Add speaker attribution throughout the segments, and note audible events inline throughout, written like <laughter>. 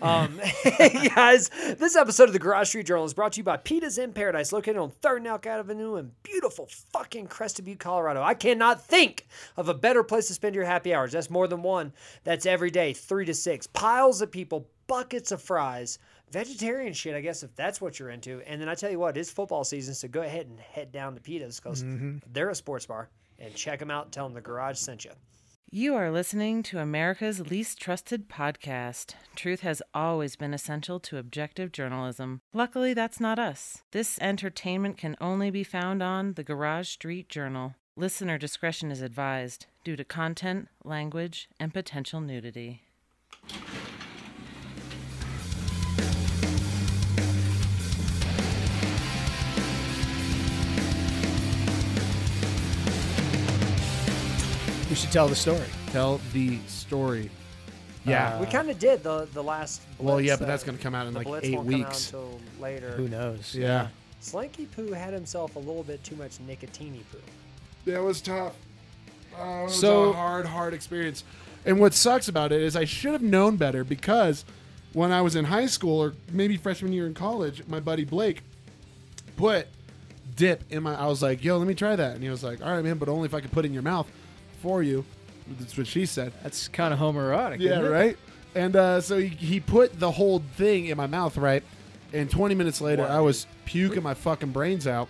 Speaker 1: Um, <laughs> hey guys, this episode of the Garage Street Journal is brought to you by Pitas in Paradise, located on Third Elk Avenue in beautiful fucking Crested Butte, Colorado. I cannot think of a better place to spend your happy hours. That's more than one. That's every day, three to six. Piles of people, buckets of fries, vegetarian shit, I guess, if that's what you're into. And then I tell you what, it's football season, so go ahead and head down to Pitas because they're a sports bar. And check them out. And tell them the garage sent you.
Speaker 2: You are listening to America's least trusted podcast. Truth has always been essential to objective journalism. Luckily, that's not us. This entertainment can only be found on the Garage Street Journal. Listener discretion is advised due to content, language, and potential nudity.
Speaker 3: We should tell the story. Uh,
Speaker 4: Tell the story.
Speaker 3: Yeah.
Speaker 1: we kind of did the the last.
Speaker 4: Well,
Speaker 1: Blitz,
Speaker 4: yeah, but
Speaker 1: though.
Speaker 4: that's gonna come out in,
Speaker 1: The
Speaker 4: like,
Speaker 1: Blitz
Speaker 4: eight
Speaker 1: won't come out
Speaker 4: weeks.
Speaker 1: until later.
Speaker 3: Who knows?
Speaker 4: Yeah.
Speaker 1: Slinky Poo had himself a little bit too much nicotine poo.
Speaker 4: That was tough. Oh, it was
Speaker 3: So-
Speaker 4: a hard, hard experience. And what sucks about it is I should have known better because when I was in high school or maybe freshman year in college, my buddy Blake put dip in my. I was like, "Yo, let me try that," and he was like, "All right, man, but only if I could put it in your mouth for you." That's what she said.
Speaker 3: That's kind of homoerotic.
Speaker 4: Yeah,
Speaker 3: isn't it?
Speaker 4: right. And uh, so he, he put the whole thing in my mouth, right? And 20 minutes later, I was puking my fucking brains out.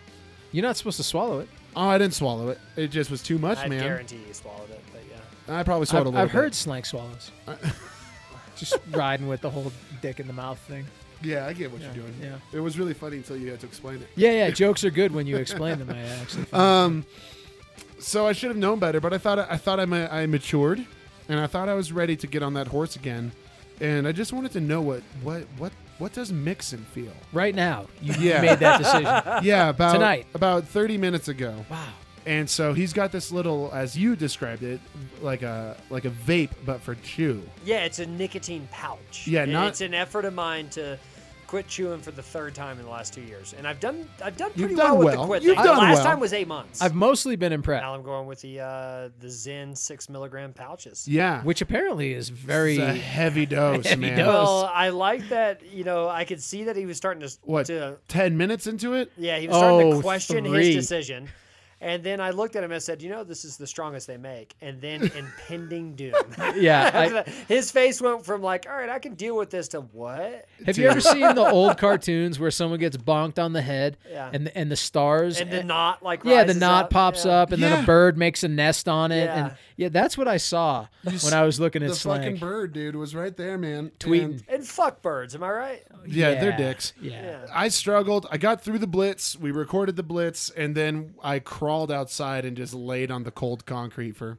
Speaker 3: You're not supposed to swallow it.
Speaker 4: Oh, I didn't swallow it. It just was too much,
Speaker 1: I
Speaker 4: man.
Speaker 1: guarantee you swallowed it, but yeah.
Speaker 4: I probably swallowed
Speaker 3: I've,
Speaker 4: a little.
Speaker 3: I've
Speaker 4: bit.
Speaker 3: heard slank <laughs> swallows. Just riding with the whole dick in the mouth thing.
Speaker 4: Yeah, I get what
Speaker 3: Yeah,
Speaker 4: you're doing.
Speaker 3: yeah.
Speaker 4: It was really funny until you had to explain it.
Speaker 3: Yeah, yeah. Jokes are good when you explain them. I actually. find.
Speaker 4: So I should have known better, but I thought I thought I, ma- I matured, and I thought I was ready to get on that horse again, and I just wanted to know what what what what does Mixon
Speaker 3: <laughs>
Speaker 4: feel?
Speaker 3: right now, <laughs> you
Speaker 4: Yeah.
Speaker 3: made that <laughs> decision.
Speaker 4: yeah, about
Speaker 3: Tonight.
Speaker 4: about 30 minutes ago.
Speaker 3: Wow.
Speaker 4: And so he's got this little, as you described it, like a like a vape, but for chew.
Speaker 1: Yeah, it's a nicotine pouch.
Speaker 4: Yeah,
Speaker 1: And
Speaker 4: not-
Speaker 1: It's an effort of mine to quit chewing for the third time in the last two years, and I've done I've done pretty well,
Speaker 4: done
Speaker 1: with the
Speaker 4: well.
Speaker 1: quit
Speaker 4: You've
Speaker 1: thing.
Speaker 4: done
Speaker 1: the last
Speaker 4: well.
Speaker 1: time was eight months.
Speaker 3: I've mostly been impressed,
Speaker 1: now I'm going with the uh, the Zen six milligram pouches.
Speaker 4: Yeah,
Speaker 3: which apparently is
Speaker 4: it's a
Speaker 3: very.
Speaker 4: heavy dose,
Speaker 3: Heavy
Speaker 4: man.
Speaker 3: dose.
Speaker 1: Well, I like that. You know, I could see that he was starting to
Speaker 4: What?
Speaker 1: to
Speaker 4: Ten minutes into it?
Speaker 1: Yeah, he was starting
Speaker 3: Oh,
Speaker 1: to question
Speaker 3: three.
Speaker 1: his decision. And then I looked at him and said, "You know, this is the strongest they make." And
Speaker 3: <laughs>
Speaker 1: then impending doom.
Speaker 3: <laughs>
Speaker 1: <laughs>
Speaker 3: Yeah, I- <laughs>
Speaker 1: his face went from like, "All right, I can deal with this," to "What?"
Speaker 3: Have you ever seen <laughs> the old cartoons where someone gets bonked on the head
Speaker 1: Yeah.
Speaker 3: and the, and the stars
Speaker 1: And the knot like
Speaker 3: Eh, yeah, the
Speaker 1: rises
Speaker 3: knot
Speaker 1: up.
Speaker 3: pops
Speaker 1: Yeah.
Speaker 3: up, and then
Speaker 4: Yeah.
Speaker 3: a bird makes a nest on it,
Speaker 1: Yeah.
Speaker 3: and yeah, that's what I saw when
Speaker 4: s-
Speaker 3: I was looking at
Speaker 4: The
Speaker 3: slang.
Speaker 4: fucking bird, dude, was right there, man.
Speaker 3: Tweeting.
Speaker 1: And fuck birds, am I right?
Speaker 4: And- yeah, they're dicks.
Speaker 3: Oh, Yeah.
Speaker 4: I struggled. I got through the blitz. We recorded the blitz, and then I crawled outside and just laid on the cold concrete for.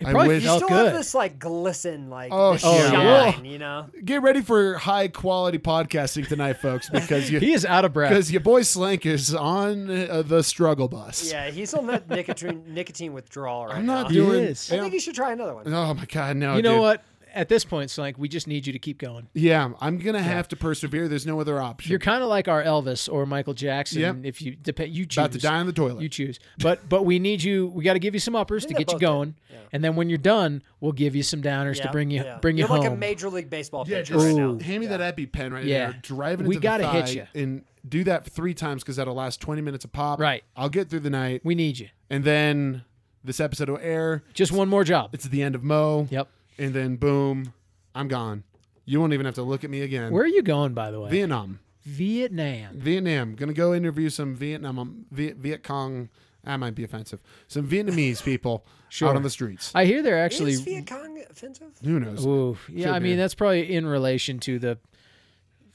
Speaker 3: It
Speaker 4: I
Speaker 3: probably
Speaker 4: wish-
Speaker 1: You
Speaker 3: felt
Speaker 1: still
Speaker 3: good.
Speaker 1: have this like glisten, like
Speaker 4: Oh,
Speaker 1: this
Speaker 4: Oh,
Speaker 3: yeah.
Speaker 1: shine, you know.
Speaker 4: Get ready for high quality podcasting tonight,
Speaker 3: <laughs>
Speaker 4: folks, because you
Speaker 3: He is out of breath.
Speaker 4: because your boy Slank is on uh, the struggle bus.
Speaker 1: Yeah, he's on that nicotine nicotine withdrawal right
Speaker 4: I'm not
Speaker 1: now.
Speaker 3: He
Speaker 4: doing.
Speaker 3: is.
Speaker 1: I think you should try another one.
Speaker 4: Oh my god, no!
Speaker 3: You know
Speaker 4: dude.
Speaker 3: what? At this point, Slank, we just need you to keep going.
Speaker 4: Yeah, I'm gonna have to persevere. There's no other option.
Speaker 3: You're kind of like our Elvis or Michael Jackson.
Speaker 4: Yep.
Speaker 3: If you depend, you choose.
Speaker 4: about to die in the toilet.
Speaker 3: You choose. But but we need you. We got to give you some uppers to
Speaker 1: think I
Speaker 3: get you
Speaker 1: both did.
Speaker 3: going,
Speaker 1: Yeah.
Speaker 3: and then when you're done, we'll give you some downers
Speaker 1: Yeah,
Speaker 3: to bring you
Speaker 1: yeah.
Speaker 3: bring you
Speaker 1: You're
Speaker 3: home.
Speaker 1: like a major league baseball
Speaker 4: yeah,
Speaker 1: pitcher
Speaker 4: just
Speaker 1: right
Speaker 3: Ooh.
Speaker 1: now.
Speaker 4: hand me that EpiPen right
Speaker 3: Yeah.
Speaker 4: there. Drive it.
Speaker 3: We
Speaker 4: into
Speaker 3: gotta
Speaker 4: the
Speaker 3: hit
Speaker 4: thigh
Speaker 3: ya.
Speaker 4: and do that three times because that'll last 20 minutes a pop.
Speaker 3: Right.
Speaker 4: I'll get through the night,
Speaker 3: we need you.
Speaker 4: and then this episode will air.
Speaker 3: Just one more job.
Speaker 4: It's the end of Mo.
Speaker 3: Yep.
Speaker 4: And then boom, I'm gone. You won't even have to look at me again.
Speaker 3: Where are you going, by the way?
Speaker 4: Vietnam.
Speaker 3: Vietnam.
Speaker 4: Vietnam. Gonna go interview some Vietnam, um, Viet, Viet Cong. I might be offensive. Some Vietnamese people
Speaker 3: <laughs> Sure.
Speaker 4: out on the streets.
Speaker 3: I hear they're
Speaker 1: Actually,
Speaker 3: actually.
Speaker 1: is Viet Cong offensive?
Speaker 4: Who knows?
Speaker 3: Ooh, yeah.
Speaker 4: Should
Speaker 3: I
Speaker 4: be.
Speaker 3: mean, that's probably in relation to the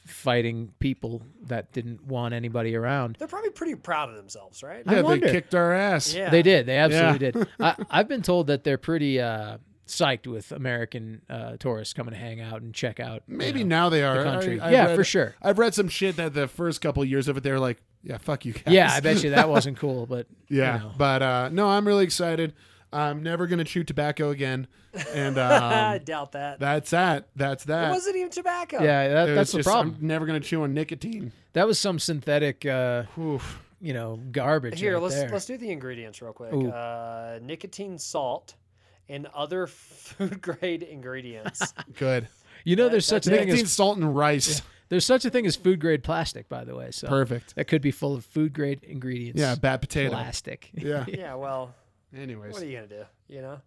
Speaker 3: fighting people that didn't want anybody around.
Speaker 1: They're probably pretty proud of themselves, right?
Speaker 3: I
Speaker 4: Yeah, they
Speaker 3: wonder.
Speaker 4: kicked our ass.
Speaker 1: Yeah.
Speaker 3: They did. They absolutely did. I,
Speaker 4: <laughs>
Speaker 3: I've been told that they're pretty uh, psyched with American uh, tourists coming to hang out and check out. you
Speaker 4: Maybe
Speaker 3: know.
Speaker 4: now they are.
Speaker 3: country.
Speaker 4: I- I've
Speaker 3: Yeah,
Speaker 4: read-
Speaker 3: for sure.
Speaker 4: I've read some shit that the first couple of years of it, they were like, yeah, fuck you guys.
Speaker 3: Yeah, I
Speaker 4: <laughs>
Speaker 3: bet you that wasn't cool, but
Speaker 4: yeah.
Speaker 3: you know.
Speaker 4: But uh, no, I'm really excited. I'm never going to chew tobacco again. And um,
Speaker 3: <laughs>
Speaker 1: I doubt that.
Speaker 4: that's that. That's that.
Speaker 1: It wasn't even tobacco.
Speaker 3: yeah, that,
Speaker 4: uh, It was
Speaker 3: that's the
Speaker 4: just, um,
Speaker 3: problem.
Speaker 4: I'm never going to chew on nicotine.
Speaker 3: That was some synthetic, uh,
Speaker 4: Oof.
Speaker 3: you know, garbage.
Speaker 1: Here,
Speaker 3: right
Speaker 1: let's
Speaker 3: there.
Speaker 1: let's do the ingredients real quick.
Speaker 3: Ooh.
Speaker 1: Uh, <laughs>
Speaker 3: <laughs>
Speaker 1: nicotine salt and other food grade ingredients.
Speaker 4: Good.
Speaker 3: You know, there's such a thing
Speaker 4: Nicotine,
Speaker 3: as
Speaker 4: salt, and rice.
Speaker 3: there's such a thing as food grade plastic, by the way. So
Speaker 4: Perfect.
Speaker 3: That could be full of food grade ingredients.
Speaker 4: Yeah, bad potato.
Speaker 3: plastic. <laughs>
Speaker 4: Yeah.
Speaker 1: Yeah, well,
Speaker 4: Anyways,
Speaker 1: what are you gonna do? You know,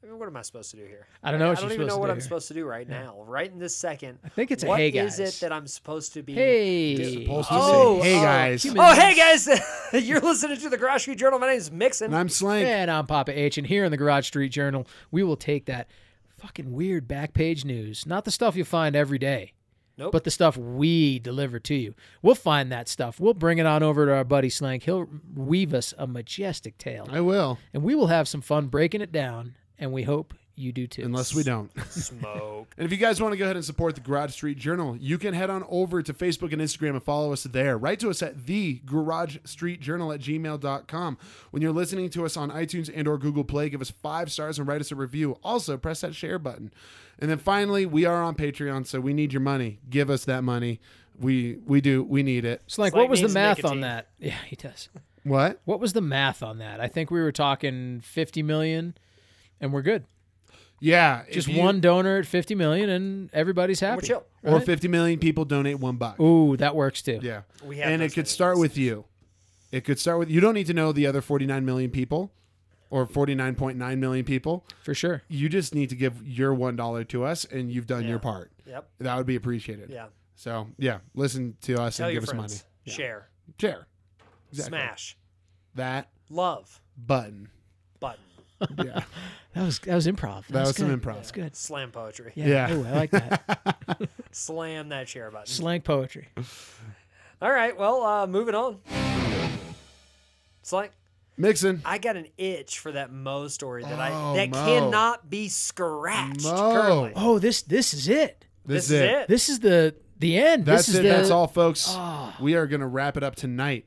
Speaker 1: I mean, what am I supposed to do here?
Speaker 3: I don't know
Speaker 1: I
Speaker 3: what
Speaker 1: don't
Speaker 3: you're
Speaker 1: even know
Speaker 3: supposed
Speaker 1: what
Speaker 3: to
Speaker 1: I'm
Speaker 3: do.
Speaker 1: supposed to do right now, right in this second. I
Speaker 3: think it's a hey guys.
Speaker 1: What is it that I'm supposed to be?
Speaker 3: hey,
Speaker 4: supposed to
Speaker 1: Oh,
Speaker 4: say, hey
Speaker 1: oh,
Speaker 4: guys,
Speaker 3: human-
Speaker 1: Oh, hey guys! <laughs> You're listening to the Garage Street Journal. My name is Mixon.
Speaker 4: and I'm Slank.
Speaker 3: and I'm Papa H, and here in the Garage Street Journal, we will take that fucking weird back page news, not the stuff you'll find every day.
Speaker 1: Nope.
Speaker 3: But the stuff we deliver to you, we'll find that stuff. We'll bring it on over to our buddy Slank. He'll weave us a majestic tale.
Speaker 4: I will,
Speaker 3: and we will have some fun breaking it down, and we hope you do too.
Speaker 4: unless we don't.
Speaker 1: Smoke.
Speaker 4: And if you guys want to go ahead and support the Garage Street Journal, you can head on over to Facebook and Instagram and follow us there. Write to us at the Garage Street Journal at gmail.com. When you're listening to us on iTunes and or Google Play, give us five stars and write us a review. Also, press that share button. And then finally, we are on Patreon, so we need your money. Give us that money. We we do we need it.
Speaker 3: Slank,
Speaker 1: Slank
Speaker 3: what was the
Speaker 1: needs
Speaker 3: math
Speaker 1: nicotine.
Speaker 3: on that? Yeah, he does.
Speaker 4: What?
Speaker 3: What was the math on that? I think we were talking 50 million, and we're good.
Speaker 4: Yeah,
Speaker 3: Just
Speaker 4: if you-
Speaker 3: one donor at 50 million, and everybody's happy.
Speaker 1: chill.
Speaker 4: or 50 million people donate 1 buck.
Speaker 3: Ooh, that works too.
Speaker 4: Yeah.
Speaker 1: We have
Speaker 4: and
Speaker 1: those
Speaker 4: it could
Speaker 1: many
Speaker 4: start with you. It could start with you don't need to know the other 49 million people or 49.9 million people.
Speaker 3: For sure.
Speaker 4: You just need to give your $1 to us and you've done your part.
Speaker 1: Yep.
Speaker 4: That would be appreciated.
Speaker 1: Yeah.
Speaker 4: So, yeah, listen to us
Speaker 1: Tell
Speaker 4: and
Speaker 1: your
Speaker 4: give us
Speaker 1: friends.
Speaker 4: money.
Speaker 1: Share.
Speaker 4: Share. Exactly.
Speaker 1: Smash.
Speaker 4: That
Speaker 1: Love. <laughs>
Speaker 4: button.
Speaker 1: Button.
Speaker 4: Yeah.
Speaker 3: That was that was improv. That,
Speaker 4: that was
Speaker 3: good.
Speaker 4: some improv.
Speaker 3: That's good.
Speaker 1: Slam poetry.
Speaker 3: Yeah.
Speaker 4: Yeah.
Speaker 3: Ooh, I like that.
Speaker 4: <laughs>
Speaker 1: Slam that share button.
Speaker 3: Slang poetry.
Speaker 1: All right. Well, uh, moving on. It's like
Speaker 4: Mixon.
Speaker 1: I got an itch for that Mo story that
Speaker 4: Oh,
Speaker 1: I that
Speaker 4: Mo.
Speaker 1: cannot be scratched
Speaker 4: Mo.
Speaker 1: currently.
Speaker 3: Oh, this this is it.
Speaker 1: This, is it.
Speaker 3: This is the the end.
Speaker 4: That's
Speaker 3: this is
Speaker 4: it.
Speaker 3: the- Ah.
Speaker 4: That's all, folks. We are going to wrap it up tonight.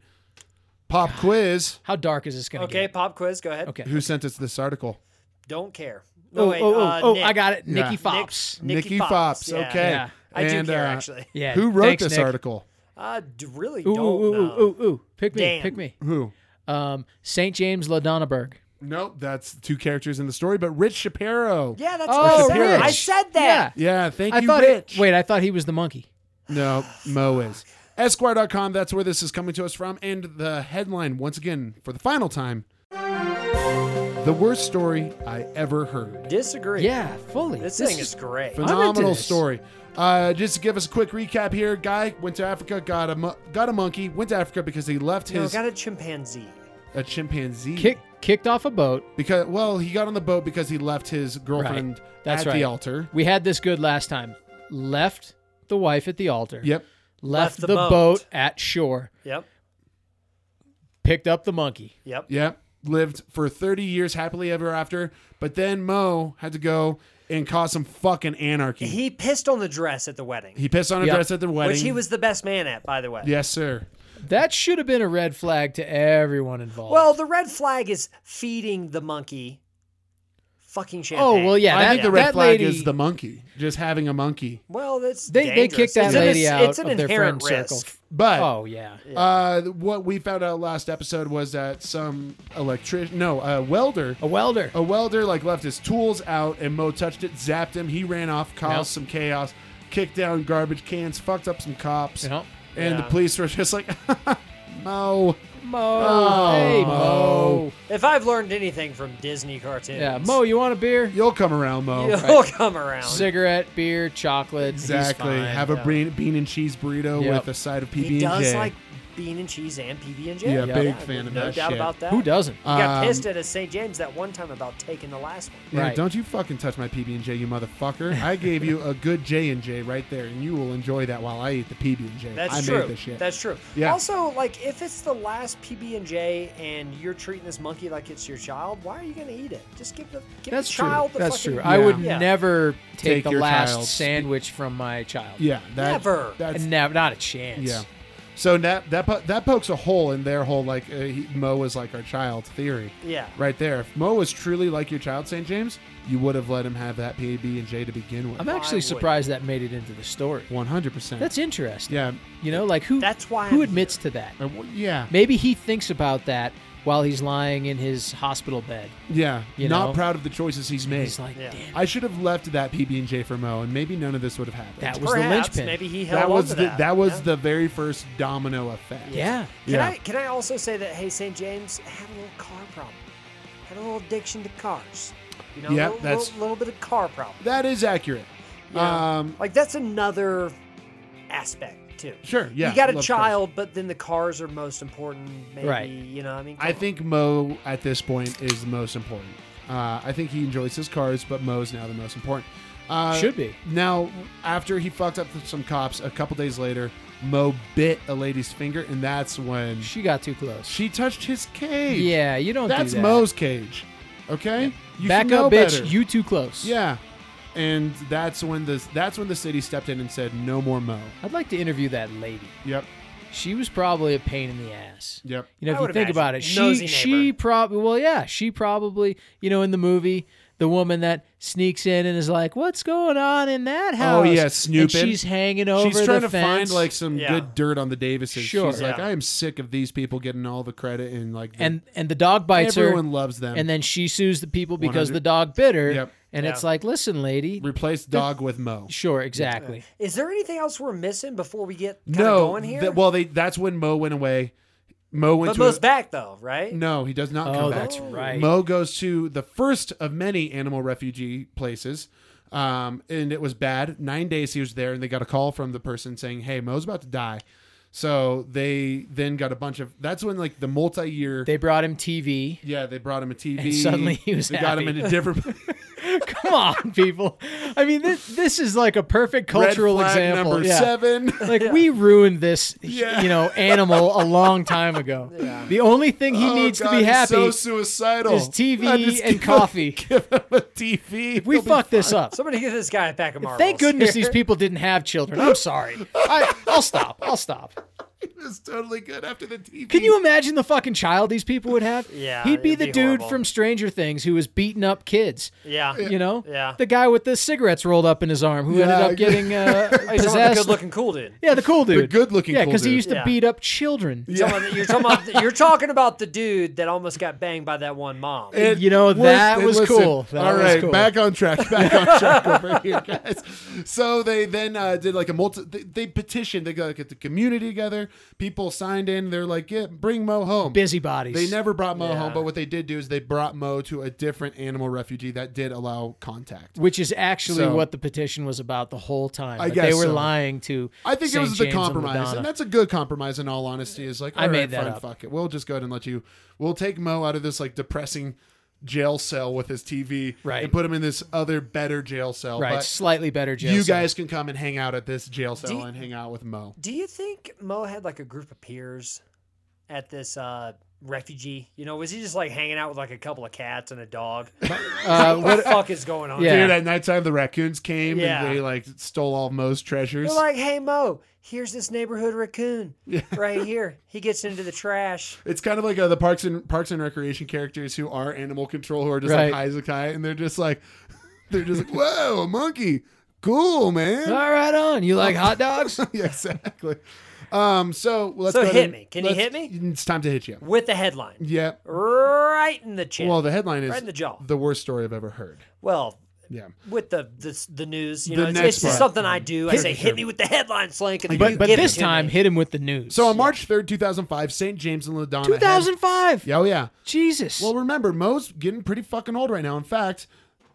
Speaker 4: Pop quiz.
Speaker 3: How dark is this going to
Speaker 1: Okay,
Speaker 3: get?
Speaker 1: pop quiz. Go ahead.
Speaker 3: Okay.
Speaker 4: Who sent us this article?
Speaker 1: Don't care. No,
Speaker 3: Oh,
Speaker 1: wait,
Speaker 3: oh, oh,
Speaker 1: uh,
Speaker 3: oh,
Speaker 1: Nick.
Speaker 3: I got it.
Speaker 4: Yeah.
Speaker 3: Nikki
Speaker 4: Nick-
Speaker 3: Fox.
Speaker 1: Nikki
Speaker 4: Nikki
Speaker 1: Fox,
Speaker 4: Fops.
Speaker 1: yeah.
Speaker 4: Okay.
Speaker 3: Yeah.
Speaker 1: I do
Speaker 4: And,
Speaker 1: care,
Speaker 4: uh,
Speaker 1: actually.
Speaker 3: Yeah.
Speaker 4: Who wrote
Speaker 3: Thanks,
Speaker 4: this
Speaker 3: Nick.
Speaker 4: article?
Speaker 1: I d- really
Speaker 3: Ooh,
Speaker 1: don't
Speaker 3: ooh,
Speaker 1: know.
Speaker 3: ooh, ooh, ooh. Pick me.
Speaker 1: Dan.
Speaker 3: Pick me.
Speaker 4: Who?
Speaker 3: Um, St. James LaDonnaberg.
Speaker 4: Nope, that's two characters in the story, but Rich Shapiro.
Speaker 1: Yeah, that's
Speaker 3: Oh,
Speaker 1: what I said.
Speaker 4: Rich.
Speaker 1: I said that.
Speaker 4: Yeah, thank
Speaker 3: I
Speaker 4: you,
Speaker 3: thought
Speaker 4: Rich.
Speaker 3: it. Wait, I thought he was the monkey.
Speaker 4: No, Mo is. Esquire.com, that's where this is coming to us from. And the headline, once again, for the final time The worst story I ever heard.
Speaker 1: Disagree.
Speaker 3: Yeah, fully.
Speaker 1: This, thing is great.
Speaker 3: into
Speaker 4: Phenomenal
Speaker 3: this.
Speaker 4: story. Uh, just to give us a quick recap here guy went to Africa, got a, mo- got a monkey, went to Africa because he left
Speaker 1: No,
Speaker 4: his
Speaker 1: got a chimpanzee.
Speaker 4: a chimpanzee.
Speaker 3: Kick, kicked off a boat.
Speaker 4: Because, well, he got on the boat because he left his girlfriend
Speaker 3: Right. That's
Speaker 4: at
Speaker 3: right.
Speaker 4: the altar.
Speaker 3: We had this good last time. Left the wife at the altar.
Speaker 4: Yep.
Speaker 3: Left,
Speaker 1: Left the
Speaker 3: the
Speaker 1: boat.
Speaker 3: boat. at shore.
Speaker 1: Yep.
Speaker 3: Picked up the monkey.
Speaker 1: Yep.
Speaker 4: Yep. Lived for 30 years happily ever after. But then Mo had to go and cause some fucking anarchy.
Speaker 1: He pissed on the dress at the wedding,
Speaker 4: He pissed on a
Speaker 3: Yep.
Speaker 4: dress at the wedding.
Speaker 1: which he was the best man at, by the way.
Speaker 4: Yes, sir.
Speaker 3: That should have been a red flag to everyone involved.
Speaker 1: Well, the red flag is feeding the monkey fucking champagne.
Speaker 3: oh well, yeah.
Speaker 4: I
Speaker 3: that,
Speaker 4: think the red
Speaker 3: that
Speaker 4: flag
Speaker 3: lady,
Speaker 4: is the monkey. Just having a monkey.
Speaker 1: Well, that's
Speaker 3: They they
Speaker 1: dangerous.
Speaker 3: kicked that
Speaker 1: It's an-
Speaker 3: lady out
Speaker 1: It's an
Speaker 3: of their friend
Speaker 1: inherent risk.
Speaker 3: circle.
Speaker 4: But
Speaker 3: Oh yeah.
Speaker 4: uh, what we found out last episode was that some electrician, no, a welder,
Speaker 3: A welder.
Speaker 4: a welder like left his tools out and Mo touched it, zapped him. He ran off, caused
Speaker 3: Yep.
Speaker 4: some chaos, kicked down garbage cans, fucked up some cops,
Speaker 3: Yep.
Speaker 4: and the
Speaker 1: Yeah.
Speaker 4: police were just like, <laughs> Mo.
Speaker 3: Mo.
Speaker 4: Oh,
Speaker 3: hey
Speaker 4: Mo.
Speaker 3: Mo.
Speaker 1: If I've learned anything from Disney cartoons,
Speaker 3: Yeah, Mo. You want a beer?
Speaker 4: You'll come around, Mo.
Speaker 1: you'll <laughs> come around.
Speaker 3: Cigarette, beer, chocolate. he's
Speaker 4: Exactly.
Speaker 3: fine.
Speaker 4: Have a bean, bean and cheese burrito
Speaker 3: Yep.
Speaker 4: with a side of PB
Speaker 1: He
Speaker 4: and J.
Speaker 1: does like bean and cheese and PB and J.
Speaker 4: Yeah, big fan of
Speaker 1: no
Speaker 4: that
Speaker 1: doubt
Speaker 4: shit.
Speaker 1: about that.
Speaker 3: Who doesn't?
Speaker 1: He got
Speaker 4: Um,
Speaker 1: pissed at a St. James that one time about taking the last one.
Speaker 4: Yeah,
Speaker 3: Right.
Speaker 4: Don't you fucking touch my PB and J, you motherfucker! I gave you a good J and J right there, and you will enjoy that while I eat the PB and J.
Speaker 1: That's
Speaker 4: I
Speaker 1: true.
Speaker 4: made this shit.
Speaker 1: That's true.
Speaker 4: Yeah.
Speaker 1: Also, like, if it's the last PB and J, and you're treating this monkey like it's your child, why are you going to eat it? Just give the give
Speaker 4: That's
Speaker 1: the
Speaker 4: true.
Speaker 1: child the
Speaker 3: That's
Speaker 1: fucking.
Speaker 3: true. I would
Speaker 1: Yeah.
Speaker 3: never
Speaker 4: Take
Speaker 3: take, the
Speaker 4: your
Speaker 3: last
Speaker 4: child's-
Speaker 3: sandwich from my child.
Speaker 4: yeah. That,
Speaker 1: Never.
Speaker 4: That's
Speaker 3: And nev- not a chance.
Speaker 4: yeah. So that that po- that pokes a hole in their whole like uh, he, Mo was like our child theory.
Speaker 1: Yeah.
Speaker 4: Right there. If Mo was truly like your child, St. James, you would have let him have that PB and J to begin with.
Speaker 3: I'm actually
Speaker 1: would-
Speaker 3: surprised that made it into the story.
Speaker 4: 100. percent
Speaker 3: That's interesting.
Speaker 4: yeah.
Speaker 3: You know, like who
Speaker 1: That's why
Speaker 3: who
Speaker 1: I'm
Speaker 3: admits to that?
Speaker 4: Uh, well, yeah.
Speaker 3: Maybe he thinks about that while he's lying in his hospital bed.
Speaker 4: Yeah,
Speaker 3: You
Speaker 4: not
Speaker 3: know?
Speaker 4: proud of the choices he's made.
Speaker 3: He's like,
Speaker 1: Yeah.
Speaker 3: damn,
Speaker 4: I should have left that PB and J for Mo, and maybe none of this would have happened.
Speaker 3: that was
Speaker 1: Perhaps
Speaker 3: the linchpin.
Speaker 1: maybe he held
Speaker 4: that was
Speaker 1: on to
Speaker 4: the,
Speaker 1: that.
Speaker 4: that. was
Speaker 1: Yeah.
Speaker 4: the very first domino effect.
Speaker 3: Yeah.
Speaker 1: Can
Speaker 4: Yeah.
Speaker 1: I can I also say that hey St. James had a little car problem, had a little addiction to cars, you know,
Speaker 4: Yeah,
Speaker 1: little,
Speaker 4: that's-
Speaker 1: little, little bit of car problem.
Speaker 4: that is accurate.
Speaker 1: Yeah.
Speaker 4: Um,
Speaker 1: Like that's another aspect too.
Speaker 4: sure, yeah,
Speaker 1: you got a
Speaker 4: love cars.
Speaker 1: child, but then the cars are most important. Maybe
Speaker 3: Right.
Speaker 1: you know. I mean,
Speaker 4: I
Speaker 1: come on.
Speaker 4: think Mo at this point is the most important. Uh, I think he enjoys his cars, but Mo's now the most important. Uh,
Speaker 3: Should be.
Speaker 4: Now, after he fucked up with some cops, a couple days later, Mo bit a lady's finger, and that's when
Speaker 3: she got too close.
Speaker 4: she touched his cage.
Speaker 3: Yeah, you don't. do
Speaker 4: that's
Speaker 3: that.
Speaker 4: Mo's cage. Okay, You
Speaker 3: Back
Speaker 4: should know
Speaker 3: up, bitch.
Speaker 4: better.
Speaker 3: You too close.
Speaker 4: yeah, and that's when the that's when the city stepped in and said, "No more Mo."
Speaker 3: I'd like to interview that lady.
Speaker 4: Yep,
Speaker 3: She was probably a pain in the ass.
Speaker 4: yep.
Speaker 3: You know,
Speaker 1: I
Speaker 3: if you
Speaker 1: would
Speaker 3: think about it,
Speaker 1: imagine.
Speaker 3: she
Speaker 1: Nosy
Speaker 3: she
Speaker 1: neighbor.
Speaker 3: probably well, yeah, she probably you know in the movie the woman that sneaks in and is like, "What's going on in that
Speaker 4: Oh,
Speaker 3: house?"
Speaker 4: yeah,
Speaker 3: And
Speaker 4: snooping.
Speaker 3: she's hanging over.
Speaker 4: She's trying
Speaker 3: the
Speaker 4: to
Speaker 3: fence.
Speaker 4: find like some
Speaker 1: Yeah.
Speaker 4: good dirt on the Davises.
Speaker 3: Sure.
Speaker 4: She's like,
Speaker 1: Yeah.
Speaker 4: I am sick of these people getting all the credit and like the-
Speaker 3: and and the dog bites
Speaker 4: everyone
Speaker 3: her,
Speaker 4: loves them.
Speaker 3: and then she sues the people because
Speaker 4: 100
Speaker 3: the dog bit her.
Speaker 4: Yep.
Speaker 3: And it's
Speaker 1: Yeah.
Speaker 3: like, listen, lady.
Speaker 4: replace dog with Mo.
Speaker 3: Sure, exactly.
Speaker 1: Is there anything else we're missing before we get kind
Speaker 4: no,
Speaker 1: of going here?
Speaker 4: that- well, they that's when Mo went away. Mo went
Speaker 1: but
Speaker 4: to
Speaker 1: Mo's back though, right?
Speaker 4: no, he does not
Speaker 3: Oh,
Speaker 4: come back.
Speaker 3: that's right.
Speaker 4: Mo goes to the first of many animal refugee places. Um, and it was bad. Nine days he was there, and they got a call from the person saying, Hey, Mo's about to die. So they then got a bunch of that's when like the multi year
Speaker 3: They brought him TV.
Speaker 4: yeah, they brought him a TV.
Speaker 3: And suddenly he was
Speaker 4: they got him
Speaker 3: happy.
Speaker 4: in a different
Speaker 3: <laughs>
Speaker 4: <laughs>
Speaker 3: Come on, people. I mean, this this is like a perfect cultural
Speaker 4: red flag
Speaker 3: example.
Speaker 4: number
Speaker 3: yeah. <laughs>
Speaker 4: seven. <laughs>
Speaker 3: Like we ruined this,
Speaker 4: Yeah.
Speaker 3: you know, animal a long
Speaker 1: <laughs>
Speaker 3: time ago. The only thing he
Speaker 4: Oh,
Speaker 3: needs
Speaker 4: God,
Speaker 3: to be
Speaker 4: he's
Speaker 3: happy
Speaker 4: So suicidal.
Speaker 3: is TV
Speaker 4: I just
Speaker 3: and
Speaker 4: give him-
Speaker 3: coffee.
Speaker 4: <laughs> give him a TV.
Speaker 3: we
Speaker 4: He'll be
Speaker 3: fucked this up.
Speaker 1: Somebody give this guy a pack of marbles.
Speaker 3: Thank
Speaker 1: <laughs>
Speaker 3: goodness
Speaker 4: <laughs>
Speaker 3: these people didn't have children. I'm sorry. I, I'll stop. I'll stop.
Speaker 4: It's totally good after the TV.
Speaker 3: Can you imagine the fucking child these people would have?
Speaker 1: Yeah,
Speaker 3: he'd be
Speaker 1: it'd
Speaker 3: the
Speaker 1: be
Speaker 3: dude
Speaker 1: horrible.
Speaker 3: from Stranger Things who was beating up kids.
Speaker 1: Yeah.
Speaker 3: You know,
Speaker 1: Yeah.
Speaker 3: the guy with the cigarettes rolled up in his arm who ended
Speaker 4: Yeah.
Speaker 3: up getting
Speaker 4: <laughs>
Speaker 1: Hey, someone
Speaker 3: uh,
Speaker 1: with a
Speaker 3: possessed.
Speaker 1: good-looking cool dude.
Speaker 3: yeah, the cool dude,
Speaker 4: good-looking
Speaker 3: yeah,
Speaker 4: cool
Speaker 3: he
Speaker 4: dude.
Speaker 3: used to
Speaker 1: Yeah.
Speaker 3: beat up children.
Speaker 1: Someone that- you're talking about. You're talking about the dude that almost got banged by that one mom.
Speaker 3: You know,
Speaker 4: Worth
Speaker 3: that
Speaker 4: it.
Speaker 3: was
Speaker 4: Listen,
Speaker 3: cool. That
Speaker 4: all
Speaker 3: was
Speaker 4: right,
Speaker 3: cool.
Speaker 4: back on track. <laughs> Back on track over here, guys. So they then uh, did like a multi. They, they petitioned. They got like, get the community together. People signed in. They're like, yeah, bring Mo home.
Speaker 3: Busybodies.
Speaker 4: They never brought Mo
Speaker 1: Yeah.
Speaker 4: home, but what they did do is they brought Mo to a different animal refugee that did allow contact.
Speaker 3: which is actually
Speaker 4: So-
Speaker 3: what the petition was about the whole time.
Speaker 4: I
Speaker 3: Like,
Speaker 4: guess
Speaker 3: they were
Speaker 4: so.
Speaker 3: lying to.
Speaker 4: I think
Speaker 3: St.
Speaker 4: it was the
Speaker 3: James and
Speaker 4: compromise, and,
Speaker 3: Madonna.
Speaker 4: that's a good compromise. In all honesty, is like,
Speaker 3: I
Speaker 4: all
Speaker 3: made
Speaker 4: right,
Speaker 3: that
Speaker 4: fine,
Speaker 3: up.
Speaker 4: Fuck it, we'll just go ahead and let you. We'll take Mo out of this like depressing jail cell with his TV,
Speaker 3: Right.
Speaker 4: and put him in this other better jail cell.
Speaker 3: right,
Speaker 4: but
Speaker 3: slightly better. Jail
Speaker 4: you
Speaker 3: cell.
Speaker 4: guys can come and hang out at this jail cell
Speaker 1: Do you-
Speaker 4: and hang out with Mo.
Speaker 1: Do you think Mo had like a group of peers at this uh, refugee? You know, was he just like hanging out with like a couple of cats and a dog?
Speaker 3: <laughs>
Speaker 1: <laughs>
Speaker 3: Uh,
Speaker 1: what the fuck is going on?
Speaker 3: Yeah.
Speaker 1: here?
Speaker 4: Dude, at nighttime the raccoons came
Speaker 1: Yeah.
Speaker 4: and they like stole all Mo's treasures.
Speaker 1: They're like, hey Mo, here's this neighborhood raccoon right here. He gets into the trash.
Speaker 4: It's kind of like uh, the Parks and Parks and Recreation characters who are animal control who are just
Speaker 3: Right.
Speaker 4: like high as a kite, and they're just like, <laughs> they're just like, whoa, a monkey, cool man.
Speaker 3: All right, on. You like hot
Speaker 4: <laughs>
Speaker 3: dogs?
Speaker 4: yeah, exactly. Um, so let's
Speaker 1: So
Speaker 4: go ahead
Speaker 1: hit
Speaker 4: and-
Speaker 1: me. Can you
Speaker 4: let's-
Speaker 1: hit me?
Speaker 4: It's time to hit you.
Speaker 1: With the headline.
Speaker 4: Yeah.
Speaker 1: Right in the chin.
Speaker 4: Well, the headline is
Speaker 1: Right in the jaw.
Speaker 4: The worst story I've ever heard.
Speaker 1: Well,
Speaker 4: Yeah.
Speaker 1: with the the, the news, you
Speaker 4: The
Speaker 1: know, it's,
Speaker 4: next
Speaker 1: it's just
Speaker 4: part.
Speaker 1: something I do. I say, hit me with the headline, Slink, and then
Speaker 3: but
Speaker 1: you
Speaker 3: but
Speaker 1: give it
Speaker 3: this
Speaker 1: to
Speaker 3: time,
Speaker 1: me.
Speaker 3: hit him with the news.
Speaker 4: So on March third, two thousand five, St. James and Ladonna. had-
Speaker 3: 2005.
Speaker 4: Yeah, oh yeah.
Speaker 3: Jesus.
Speaker 4: Well, remember, Mo's getting pretty fucking old right now. In fact,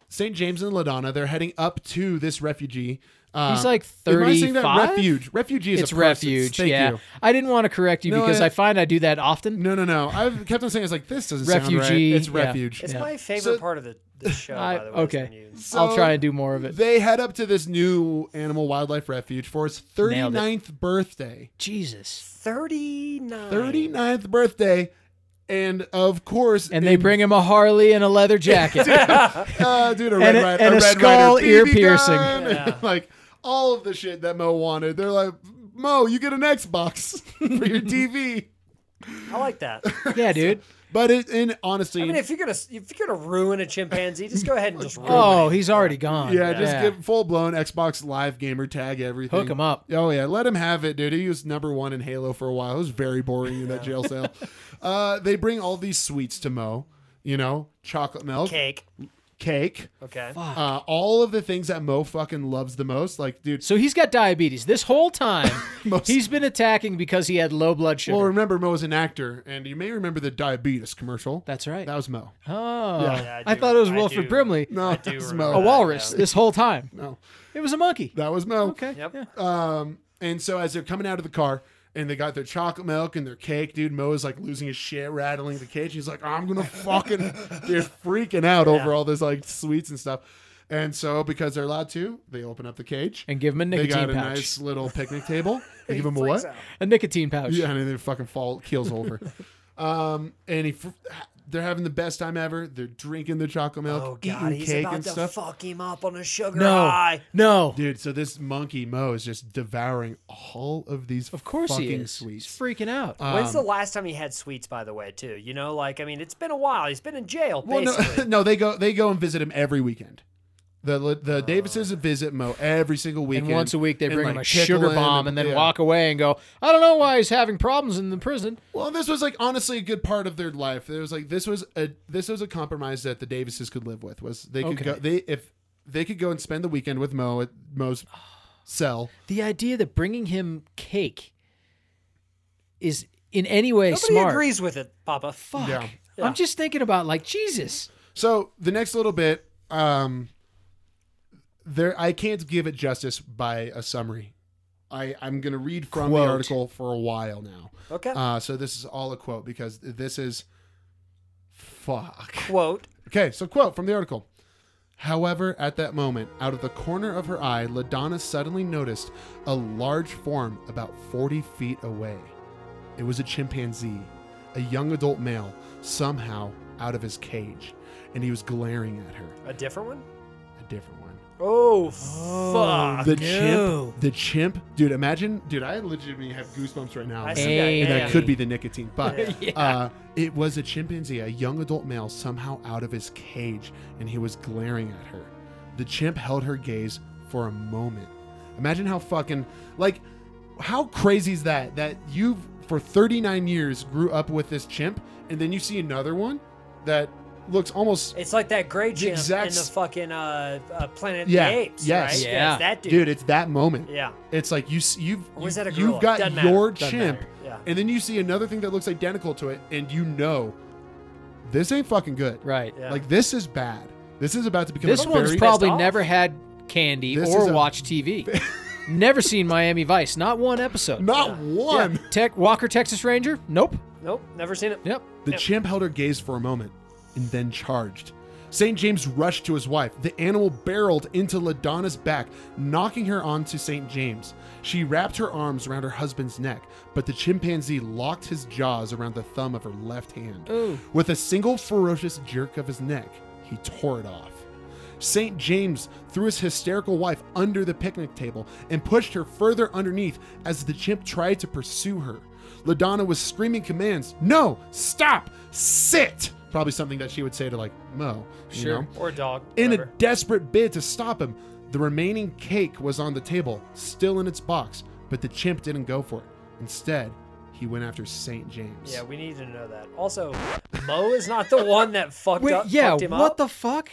Speaker 4: St. James and Ladonna, they're heading up to this refugee. Uh,
Speaker 3: He's like
Speaker 4: Am I saying that?
Speaker 3: 35?
Speaker 4: Refuge. Refugee is
Speaker 3: it's
Speaker 4: a person.
Speaker 3: refuge.
Speaker 4: Thank
Speaker 3: yeah.
Speaker 4: you.
Speaker 3: I didn't want to correct you
Speaker 4: No,
Speaker 3: because
Speaker 4: I-
Speaker 3: I, find I do that often.
Speaker 4: No, no, no. I've kept on saying it's like this doesn't sound right.
Speaker 3: Refugee,
Speaker 4: It's
Speaker 3: yeah.
Speaker 4: refuge.
Speaker 1: It's
Speaker 3: Yeah.
Speaker 1: my favorite
Speaker 4: So-
Speaker 1: part of the,
Speaker 4: <laughs>
Speaker 1: the show,
Speaker 3: I-
Speaker 1: by the way. is when
Speaker 3: okay.
Speaker 1: you-
Speaker 3: I'll
Speaker 4: So-
Speaker 3: try and do more of it.
Speaker 4: They head up to this new animal wildlife refuge for its
Speaker 3: Nailed it.
Speaker 4: 39th birthday.
Speaker 3: Jesus.
Speaker 1: 39.
Speaker 4: 39th birthday. And of course,
Speaker 3: And they bring him a Harley and a leather jacket.
Speaker 4: <laughs> uh, dude, a
Speaker 3: And
Speaker 4: red,
Speaker 3: a-
Speaker 4: Ri-
Speaker 3: and a
Speaker 4: red
Speaker 3: skull
Speaker 4: Rider
Speaker 3: ear
Speaker 4: BB
Speaker 3: piercing.
Speaker 4: gun, and,
Speaker 1: Yeah.
Speaker 4: like all of the shit that Mo wanted. They're like,
Speaker 3: <laughs>
Speaker 4: Mo, you get an Xbox <laughs> for your TV.
Speaker 1: I like that.
Speaker 4: <laughs>
Speaker 3: yeah, dude.
Speaker 4: But it, and honestly,
Speaker 1: I mean, if you're gonna if you're gonna ruin a chimpanzee, just go ahead and
Speaker 4: <laughs>
Speaker 1: just ruin
Speaker 3: Oh,
Speaker 1: it.
Speaker 3: he's already gone.
Speaker 4: yeah, just give full blown Xbox Live gamer tag everything.
Speaker 3: Hook 'em up.
Speaker 4: Oh yeah, let him have it, dude. He was number one in Halo for a while. It was very boring in that
Speaker 3: <laughs>
Speaker 4: jail cell. Uh, they bring all these sweets to Mo. You know, chocolate milk,
Speaker 1: cake. Oh,
Speaker 4: cake,
Speaker 1: Okay.
Speaker 4: uh, all of the things that Mo fucking loves the most. Like, dude, <laughs>
Speaker 3: So he's got diabetes. This whole time,
Speaker 4: Most-
Speaker 3: he's been attacking because he had low blood sugar.
Speaker 4: well, remember Mo was an actor, and you may remember the diabetes commercial.
Speaker 3: That's right.
Speaker 4: That was Mo.
Speaker 3: oh,
Speaker 1: Yeah, I
Speaker 3: I,
Speaker 1: do-
Speaker 3: thought it was
Speaker 1: I
Speaker 3: Wilfred
Speaker 1: do.
Speaker 3: Brimley,
Speaker 4: No,
Speaker 1: I do
Speaker 4: that was
Speaker 1: remember
Speaker 4: Mo.
Speaker 3: a
Speaker 1: that.
Speaker 3: walrus,
Speaker 1: yeah.
Speaker 3: this whole time.
Speaker 4: No,
Speaker 3: It was a monkey.
Speaker 4: that was Mo.
Speaker 3: Okay.
Speaker 1: Yep.
Speaker 3: Yeah.
Speaker 4: Um, and so as they're coming out of the car and they got their chocolate milk and their cake, dude, Mo is like losing his shit, rattling the cage. He's like,
Speaker 1: <laughs>
Speaker 4: I'm gonna fucking they're freaking out over all this like sweets and stuff. And so because they're allowed to, they open up the cage.
Speaker 3: And give him a
Speaker 4: they got
Speaker 3: nicotine
Speaker 4: a
Speaker 3: pouch.
Speaker 4: nice little
Speaker 1: <laughs>
Speaker 4: picnic table. They give him a
Speaker 1: Freaks
Speaker 4: what?
Speaker 1: out.
Speaker 3: A nicotine pouch.
Speaker 4: Yeah, and then they fucking fall keels
Speaker 1: <laughs>
Speaker 4: over. um, and he fr- they're having the best time ever. They're drinking the chocolate milk,
Speaker 1: Oh god,
Speaker 4: eating
Speaker 1: he's
Speaker 4: cake
Speaker 1: about
Speaker 4: and
Speaker 1: to
Speaker 4: stuff.
Speaker 1: fuck him up on a sugar
Speaker 3: No.
Speaker 1: high.
Speaker 3: No.
Speaker 4: Dude, so this monkey Mo is just devouring all of these
Speaker 3: Of course
Speaker 4: fucking Uh,
Speaker 3: he is. He's
Speaker 4: sweets.
Speaker 3: freaking out.
Speaker 1: When's
Speaker 4: Um.
Speaker 1: the last time he had sweets, by the way, too? You know, like I mean, it's been a while. He's been in jail,
Speaker 4: Well, no,
Speaker 1: basically.
Speaker 4: <laughs> no, they go they go and visit him every weekend. The the Davises visit Mo every single weekend.
Speaker 3: Oh. and once a week they
Speaker 4: and,
Speaker 3: bring him
Speaker 4: like,
Speaker 3: a sugar
Speaker 4: tickle
Speaker 3: bomb and, then
Speaker 4: yeah.
Speaker 3: walk away and go, I don't know why he's having problems in the prison.
Speaker 4: Well, this was like honestly a good part of their life. There was like this was a this was a compromise that the Davises could live with. Was they could
Speaker 3: Okay.
Speaker 4: go they if they could go and spend the weekend with Mo at Mo's cell.
Speaker 3: The idea that bringing him cake is in any way
Speaker 1: Nobody
Speaker 3: smart.
Speaker 1: agrees with it, Papa.
Speaker 3: Fuck.
Speaker 4: Yeah.
Speaker 1: Yeah.
Speaker 3: I'm just thinking about like Jesus.
Speaker 4: So the next little bit, um, there I can't give it justice by a summary. I I'm gonna read from
Speaker 3: Quote.
Speaker 4: the article for a while now.
Speaker 1: Okay.
Speaker 4: Uh, so this is all a quote because this is fuck.
Speaker 1: Quote.
Speaker 4: Okay, so quote from the article. However, at that moment, out of the corner of her eye, LaDonna suddenly noticed a large form about 40 feet away. It was a chimpanzee, a young adult male, somehow out of his cage, and he was glaring at her.
Speaker 1: A different one?
Speaker 4: A different one.
Speaker 1: Oh, fuck.
Speaker 4: The
Speaker 3: no.
Speaker 4: chimp. The chimp. Dude, imagine. Dude, I legitimately have goosebumps right now.
Speaker 1: I
Speaker 4: man.
Speaker 1: see that.
Speaker 3: And
Speaker 1: yeah,
Speaker 4: And
Speaker 1: yeah.
Speaker 4: that could be the nicotine. But
Speaker 1: <laughs>
Speaker 4: uh, it was a chimpanzee, a young adult male, somehow out of his cage, and he was glaring at her. The chimp held her gaze for a moment. Imagine how fucking, like, how crazy is that? That you, for 39 years, grew up with this chimp, and then you see another one that looks almost.
Speaker 1: It's like that gray chimp
Speaker 4: exact
Speaker 1: in the
Speaker 4: s-
Speaker 1: fucking uh, uh, Planet of
Speaker 4: Yeah,
Speaker 1: the Apes.
Speaker 4: yes.
Speaker 1: Right?
Speaker 3: Yeah.
Speaker 1: it's that dude.
Speaker 4: Dude, it's that moment.
Speaker 1: Yeah.
Speaker 4: It's like you, s- you've
Speaker 1: Or was
Speaker 4: you,
Speaker 1: that a gorilla?
Speaker 4: you've got
Speaker 1: Doesn't matter.
Speaker 4: your
Speaker 1: Doesn't
Speaker 4: chimp,
Speaker 1: matter. Yeah.
Speaker 4: and then you see another thing that looks identical to it, and you know, this ain't fucking good.
Speaker 3: Right.
Speaker 1: Yeah.
Speaker 4: Like this is bad. This is about to become.
Speaker 3: This
Speaker 4: a
Speaker 3: one's
Speaker 4: very-
Speaker 3: probably
Speaker 1: Pissed off.
Speaker 3: never had candy
Speaker 4: This is
Speaker 3: or
Speaker 4: a-
Speaker 3: watched
Speaker 4: <laughs>
Speaker 3: TV. never seen Miami Vice. Not one episode.
Speaker 4: not
Speaker 3: Yeah.
Speaker 4: one.
Speaker 3: Tech Walker Texas Ranger? Nope.
Speaker 1: Nope. Never seen it.
Speaker 3: Yep.
Speaker 4: The chimp held her gaze for a moment and then charged. St. James rushed to his wife. The animal barreled into LaDonna's back, knocking her onto St. James. She wrapped her arms around her husband's neck, but the chimpanzee locked his jaws around the thumb of her left hand. With a single ferocious jerk of his neck, he tore it off. St. James threw his hysterical wife under the picnic table and pushed her further underneath as the chimp tried to pursue her. LaDonna was screaming commands No! Stop! Sit! Probably something that she would say to, like, Mo. you
Speaker 3: Sure.
Speaker 4: know?
Speaker 1: Or a dog.
Speaker 4: In a
Speaker 1: whatever.
Speaker 4: desperate bid to stop him, the remaining cake was on the table, still in its box, but the chimp didn't go for it. Instead, he went after St. James.
Speaker 1: Yeah, we need to know that. Also, Mo is not the one that fucked
Speaker 3: Wait,
Speaker 1: up.
Speaker 3: yeah,
Speaker 1: fucked him
Speaker 3: what
Speaker 1: up.
Speaker 3: the fuck?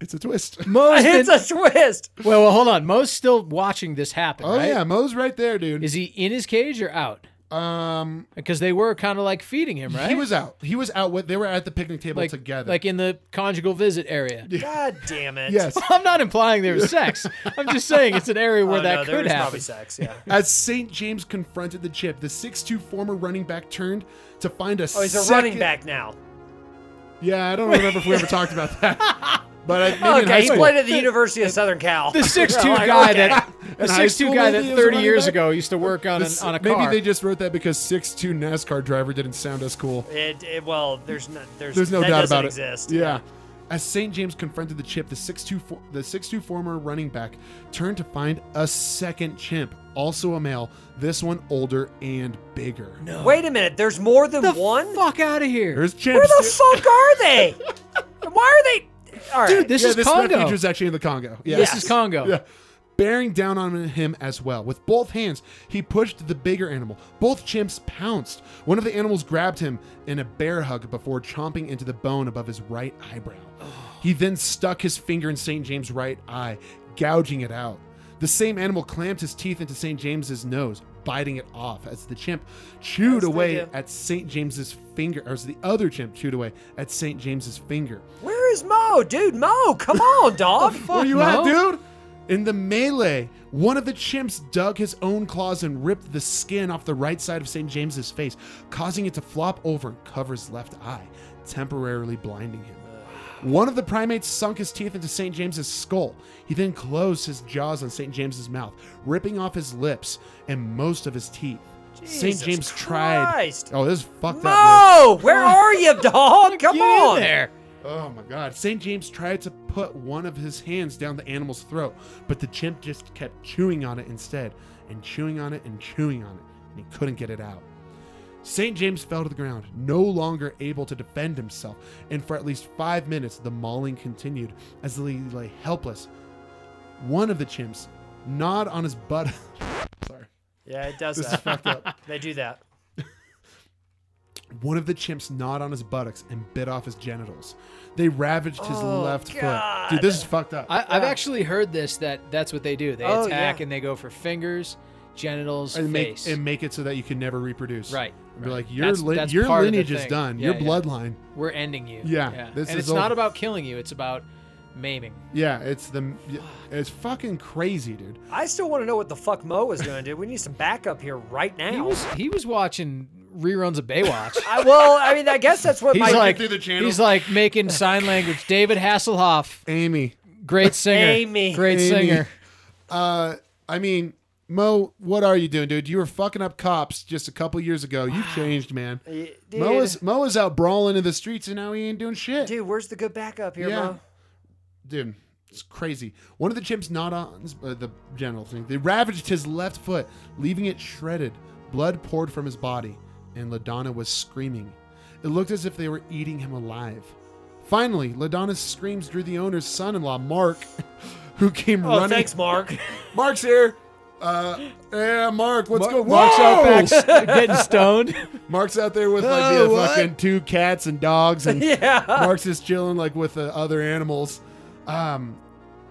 Speaker 4: It's a twist.
Speaker 1: <laughs>
Speaker 3: Mo's
Speaker 1: It's
Speaker 3: been,
Speaker 1: a
Speaker 4: <laughs>
Speaker 1: twist.
Speaker 3: well, well, hold on. Mo's still watching this happen,
Speaker 4: Oh,
Speaker 3: right?
Speaker 4: yeah. Mo's right there, dude.
Speaker 3: Is he in his cage or out?
Speaker 4: um,
Speaker 3: Because they were kind of like feeding him, right?
Speaker 4: He was out. He was out. With, they were at the picnic table
Speaker 3: like
Speaker 4: together.
Speaker 3: like in the conjugal visit area.
Speaker 1: God damn it.
Speaker 4: yes.
Speaker 3: <laughs> I'm not implying there
Speaker 4: <laughs>
Speaker 3: was sex. I'm just saying it's an area
Speaker 1: Oh,
Speaker 3: where
Speaker 1: no,
Speaker 3: that
Speaker 1: there
Speaker 3: could
Speaker 1: was
Speaker 3: happen.
Speaker 1: probably sex. Yeah.
Speaker 4: As St. James confronted the chip, the 6'2 former running back turned to find a
Speaker 1: Oh, he's a
Speaker 4: second-
Speaker 1: running back now.
Speaker 4: Yeah, I don't remember if we ever talked
Speaker 3: <laughs>
Speaker 4: about that. But I, maybe in high
Speaker 1: okay, he
Speaker 4: school.
Speaker 1: played at the University of Southern Cal.
Speaker 4: <laughs>
Speaker 3: The six two
Speaker 1: Like,
Speaker 3: guy
Speaker 1: okay.
Speaker 3: that the
Speaker 4: In high
Speaker 3: six two
Speaker 4: school,
Speaker 3: guy
Speaker 4: maybe he
Speaker 3: that
Speaker 4: was a
Speaker 3: thirty
Speaker 4: running
Speaker 3: years
Speaker 4: back?
Speaker 3: ago used to work on
Speaker 4: This-
Speaker 3: an, on a
Speaker 4: maybe
Speaker 3: car.
Speaker 4: they just wrote that because 6'2 NASCAR driver didn't sound as cool.
Speaker 1: It, it, well, there's no, there's,
Speaker 4: There's no
Speaker 1: that
Speaker 4: doubt
Speaker 1: doesn't
Speaker 4: about
Speaker 1: exist.
Speaker 4: it. Yeah. As St. James confronted the chip, the 6'2 fo- the 6'2 former running back turned to find a second chimp, also a male, this one older and bigger. No.
Speaker 1: Wait a minute. There's more than
Speaker 3: The
Speaker 1: one.
Speaker 3: fuck out of here,
Speaker 4: There's chimps.
Speaker 1: Where the
Speaker 4: dude.
Speaker 1: fuck are
Speaker 3: <laughs>
Speaker 1: they? Why are they? All right.
Speaker 3: dude. This
Speaker 4: yeah,
Speaker 3: is
Speaker 4: this
Speaker 3: Congo.
Speaker 4: refuge is actually in the Congo. Yeah.
Speaker 3: This is Congo.
Speaker 4: Yeah. Bearing down on him as well. With both hands, he pushed the bigger animal. Both chimps pounced. One of the animals grabbed him in a bear hug before chomping into the bone above his right eyebrow. He then stuck his finger in St. James' right eye, gouging it out. The same animal clamped his teeth into St. James's nose, biting it off as the chimp
Speaker 1: As
Speaker 4: chewed
Speaker 1: they
Speaker 4: away
Speaker 1: do.
Speaker 4: at St. James's finger, or as the other chimp chewed away at St. James's finger.
Speaker 1: Where is Mo, dude? Mo, come
Speaker 3: <laughs>
Speaker 1: on, dog.
Speaker 4: Where you at,
Speaker 3: no.
Speaker 4: dude? In the melee, one of the chimps dug his own claws and ripped the skin off the right side of St. James's face, causing it to flop over and cover his left eye, temporarily blinding him. One of the primates sunk his teeth into St. James's skull. He then closed his jaws on St. James's mouth, ripping off his lips and most of his teeth. St.
Speaker 1: Jesus
Speaker 4: James tried.
Speaker 1: Christ.
Speaker 4: Oh, this is fucked up. man.
Speaker 1: Mo, where are you, dog? Come
Speaker 3: Get
Speaker 1: on.
Speaker 3: in there.
Speaker 4: Oh my god. St. James tried to put one of his hands down the animal's throat, but the chimp just kept chewing on it instead, and chewing on it and chewing on it, and he couldn't get it out. St. James fell to the ground, no longer able to defend himself, and for at least five minutes the mauling continued as he lay helpless. One of the chimps gnawed on his butt. <laughs> Sorry.
Speaker 1: Yeah, it does
Speaker 4: This is
Speaker 1: that.
Speaker 4: fucked up.
Speaker 1: <laughs> They do that.
Speaker 4: One of the chimps gnawed on his buttocks and bit off his genitals. They ravaged his
Speaker 1: Oh,
Speaker 4: left
Speaker 1: God.
Speaker 4: foot. Dude, this is fucked up.
Speaker 3: I, I've actually heard this that that's what they do. They
Speaker 1: Oh,
Speaker 3: attack
Speaker 1: yeah.
Speaker 3: and they go for fingers, genitals,
Speaker 4: and make
Speaker 3: face.
Speaker 4: and make it so that you can never reproduce.
Speaker 3: Right,
Speaker 4: And be
Speaker 3: right.
Speaker 4: like your
Speaker 3: That's-
Speaker 4: lin-
Speaker 3: that's
Speaker 4: your
Speaker 3: part of the
Speaker 4: lineage is
Speaker 3: thing.
Speaker 4: done.
Speaker 3: Yeah,
Speaker 4: your
Speaker 3: yeah.
Speaker 4: bloodline.
Speaker 3: We're ending you.
Speaker 4: Yeah, this
Speaker 3: and
Speaker 4: is
Speaker 3: it's not
Speaker 4: over.
Speaker 3: about killing you. It's about maiming.
Speaker 4: Yeah, it's the it's fucking crazy, dude.
Speaker 1: I still want to know what the fuck Mo was doing, dude. We need some backup here right now.
Speaker 3: He was he was watching reruns of
Speaker 4: <laughs>
Speaker 3: Baywatch.
Speaker 1: I, well, I mean, I guess that's what
Speaker 3: He's
Speaker 1: my
Speaker 3: like
Speaker 4: through the channel.
Speaker 3: he's like making sign language. David Hasselhoff,
Speaker 4: Amy, <laughs>
Speaker 3: great singer,
Speaker 1: Amy.
Speaker 3: great
Speaker 4: Amy.
Speaker 3: singer.
Speaker 4: uh, I mean, Mo, what are you doing, dude? You were fucking up cops just a couple years ago. You changed, man.
Speaker 1: dude,
Speaker 4: Mo is Mo is out brawling in the streets, and now he ain't doing shit.
Speaker 1: dude. Where's the good backup here,
Speaker 4: Yeah.
Speaker 1: Mo?
Speaker 4: dude it's crazy one of the chimps not on uh, the genital thing they ravaged his left foot leaving it shredded blood poured from his body and ladonna was screaming it looked as if they were eating him alive finally ladonna's screams drew the owner's son-in-law mark <laughs> who came
Speaker 1: Oh,
Speaker 4: running
Speaker 1: thanks, Mark.
Speaker 4: mark's here uh yeah mark what's going
Speaker 3: Mark's out
Speaker 4: Whoa!
Speaker 3: back s- getting stoned.
Speaker 4: mark's out there with like
Speaker 3: Oh,
Speaker 4: the uh,
Speaker 3: what?
Speaker 4: fucking two cats and dogs and
Speaker 1: yeah.
Speaker 4: Mark's just chilling like with the other animals. Um,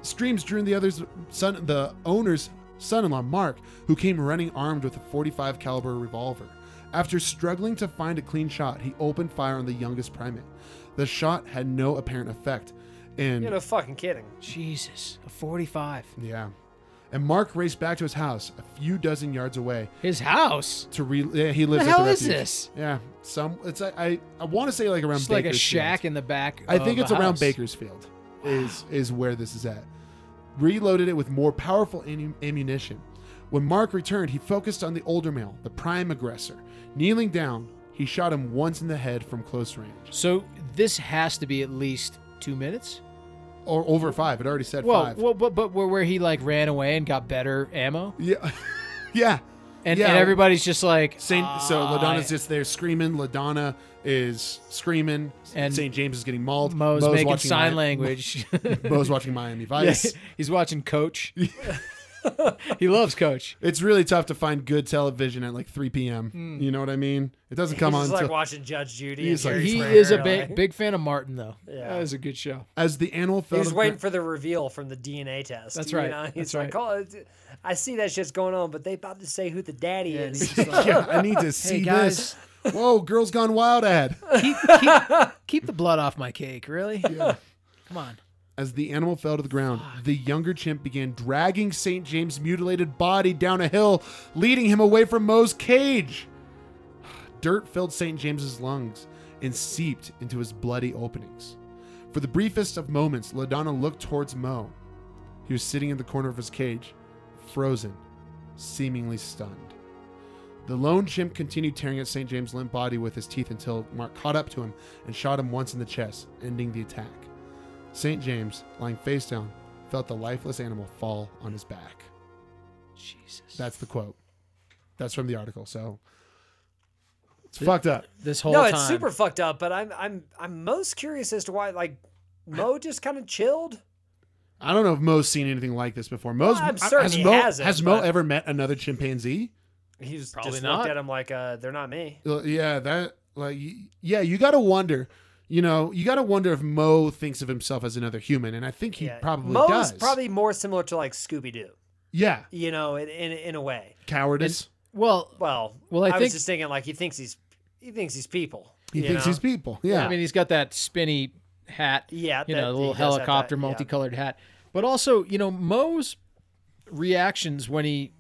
Speaker 4: screams drew in the other's son, the owner's son-in-law Mark, who came running armed with a 45 caliber revolver. After struggling to find a clean shot, he opened fire on the youngest primate. The shot had no apparent effect,
Speaker 1: <laughs>
Speaker 4: and
Speaker 1: You're no fucking kidding.
Speaker 3: Jesus, a forty-five.
Speaker 4: yeah, and Mark raced back to his house, a few dozen yards away,
Speaker 3: His house.
Speaker 4: to re. Yeah, he lives.
Speaker 3: The
Speaker 4: at
Speaker 3: hell
Speaker 4: the
Speaker 3: is
Speaker 4: refuge.
Speaker 3: this?
Speaker 4: Yeah, some. It's like I. I want to say like around
Speaker 3: It's like a
Speaker 4: Bakersfield.
Speaker 3: shack in the back.
Speaker 4: I think
Speaker 3: of
Speaker 4: it's
Speaker 3: a
Speaker 4: around
Speaker 3: house.
Speaker 4: Bakersfield is is where this is at. Reloaded it with more powerful ammu- ammunition. When Mark returned, he focused on the older male, the prime aggressor. Kneeling down, he shot him once in the head from close range,
Speaker 3: So this has to be at least two minutes.
Speaker 4: or over five. It already said
Speaker 3: Well,
Speaker 4: five.
Speaker 3: well, but but where, where he like ran away and got better ammo,
Speaker 4: yeah, <laughs> yeah.
Speaker 3: and,
Speaker 4: Yeah.
Speaker 3: and everybody's just like
Speaker 4: Saint, so
Speaker 3: "Ah,
Speaker 4: Ladonna's just there screaming. Ladonna is screaming.
Speaker 3: And
Speaker 4: And St. James is getting mauled.
Speaker 3: Mo's, making
Speaker 4: watching
Speaker 3: sign
Speaker 4: Mi-
Speaker 3: language.
Speaker 4: <laughs> Mo's watching Miami Vice.
Speaker 3: uh, <laughs> He's watching <laughs> Coach. he loves Coach.
Speaker 4: It's really tough to find good television at like 3 p.m. You know what I mean? It doesn't come
Speaker 1: He's
Speaker 4: on.
Speaker 1: just like
Speaker 4: till-
Speaker 1: watching Judge Judy.
Speaker 4: He's
Speaker 1: and
Speaker 4: like-
Speaker 1: Jerry
Speaker 3: He
Speaker 1: Springer,
Speaker 3: is a
Speaker 1: like-
Speaker 3: big big fan of Martin though.
Speaker 1: Yeah.
Speaker 3: That is a good show.
Speaker 4: As the animal fell,
Speaker 1: He was
Speaker 4: to the
Speaker 1: waiting
Speaker 4: gr-
Speaker 1: for the reveal from the DNA test.
Speaker 3: That's
Speaker 1: you
Speaker 3: right.
Speaker 1: know? He's
Speaker 3: That's
Speaker 1: like, oh, it's- I see that shit's going on, but they about to say who the daddy
Speaker 3: <laughs>
Speaker 1: is.
Speaker 4: <laughs> yeah, I need to see
Speaker 3: guys.
Speaker 4: this. Whoa, Girls Gone Wild ad.
Speaker 3: keep, keep, keep the blood off my cake, really? Come on.
Speaker 4: As the animal fell to the ground, the younger chimp began dragging St. James' mutilated body down a hill, leading him away from Moe's cage. Dirt filled St. James's lungs and seeped into his bloody openings. For the briefest of moments, Ladonna looked towards Moe. He was sitting in the corner of his cage, frozen, seemingly stunned. The lone chimp continued tearing at St. James' limp body with his teeth until Mark caught up to him and shot him once in the chest, ending the attack. St. James, lying face down, felt the lifeless animal fall on his back.
Speaker 3: Jesus.
Speaker 4: That's the quote. That's from the article. So it's fucked up.
Speaker 3: This whole
Speaker 1: no,
Speaker 3: time.
Speaker 1: it's super fucked up. But I'm I'm I'm most curious as to why like
Speaker 3: <laughs>
Speaker 1: Mo just kind of chilled.
Speaker 4: I don't know if Mo's seen anything like this before. Mo's
Speaker 1: I'm
Speaker 4: I-
Speaker 1: certain
Speaker 4: has
Speaker 1: he
Speaker 4: Mo,
Speaker 1: hasn't,
Speaker 4: has Mo
Speaker 1: but-
Speaker 4: ever met another chimpanzee?
Speaker 1: He's
Speaker 3: Probably
Speaker 1: just
Speaker 3: not.
Speaker 1: looked at him like uh, they're not me.
Speaker 4: Uh, Yeah, that like y- yeah, you got to wonder. You know, you got to wonder if Mo thinks of himself as another human, and I think he
Speaker 1: yeah.
Speaker 4: probably
Speaker 1: Mo's
Speaker 4: does.
Speaker 1: probably more similar to like Scooby Doo,
Speaker 4: yeah,
Speaker 1: you know, in, in in a way.
Speaker 4: cowardice.
Speaker 3: Well,
Speaker 1: Well,
Speaker 3: Well, I
Speaker 1: was
Speaker 3: think-
Speaker 1: just thinking like he thinks he's he thinks he's people.
Speaker 4: He
Speaker 1: you
Speaker 4: thinks
Speaker 1: know?
Speaker 4: he's people. Yeah,
Speaker 3: I mean, he's got that spinny hat.
Speaker 1: Yeah,
Speaker 3: You
Speaker 1: that-
Speaker 3: know, the little
Speaker 1: he does have that,
Speaker 3: helicopter,
Speaker 1: yeah.
Speaker 3: multicolored hat. But also, you know, Moe's reactions when he,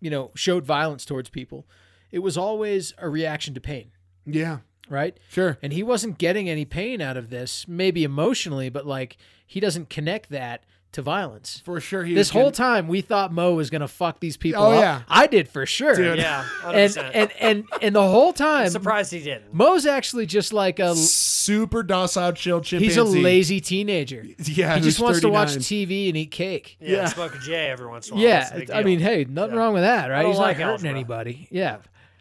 Speaker 3: you know, showed violence towards people, it was always a reaction to pain,
Speaker 4: yeah,
Speaker 3: right?
Speaker 4: sure.
Speaker 3: And he wasn't getting any pain out of this, maybe emotionally, but like he doesn't connect that to violence.
Speaker 4: For sure, he
Speaker 3: This
Speaker 4: was
Speaker 3: whole
Speaker 4: getting-
Speaker 3: time, we thought Mo was going to fuck these people
Speaker 4: Oh,
Speaker 3: up.
Speaker 4: yeah.
Speaker 3: I did for sure.
Speaker 4: Dude.
Speaker 1: Yeah, 100%.
Speaker 3: <laughs> And, and um, and and the whole
Speaker 1: <laughs>
Speaker 3: time,
Speaker 1: I'm surprised he didn't.
Speaker 3: Mo's actually just like a
Speaker 4: super docile, chill chimpanzee.
Speaker 3: He's a lazy teenager.
Speaker 4: <laughs> Yeah,
Speaker 3: he
Speaker 4: who's
Speaker 3: just wants to watch
Speaker 4: 39.
Speaker 3: TV and eat cake.
Speaker 1: Yeah,
Speaker 4: Yeah.
Speaker 1: smoke a J every once in a while. That's a
Speaker 3: Yeah,
Speaker 1: big
Speaker 3: I
Speaker 1: deal.
Speaker 3: mean, hey, nothing
Speaker 1: Yeah.
Speaker 3: wrong with that, right?
Speaker 1: don't
Speaker 3: He's not
Speaker 1: like
Speaker 3: hurting
Speaker 1: algebra.
Speaker 3: anybody. Yeah,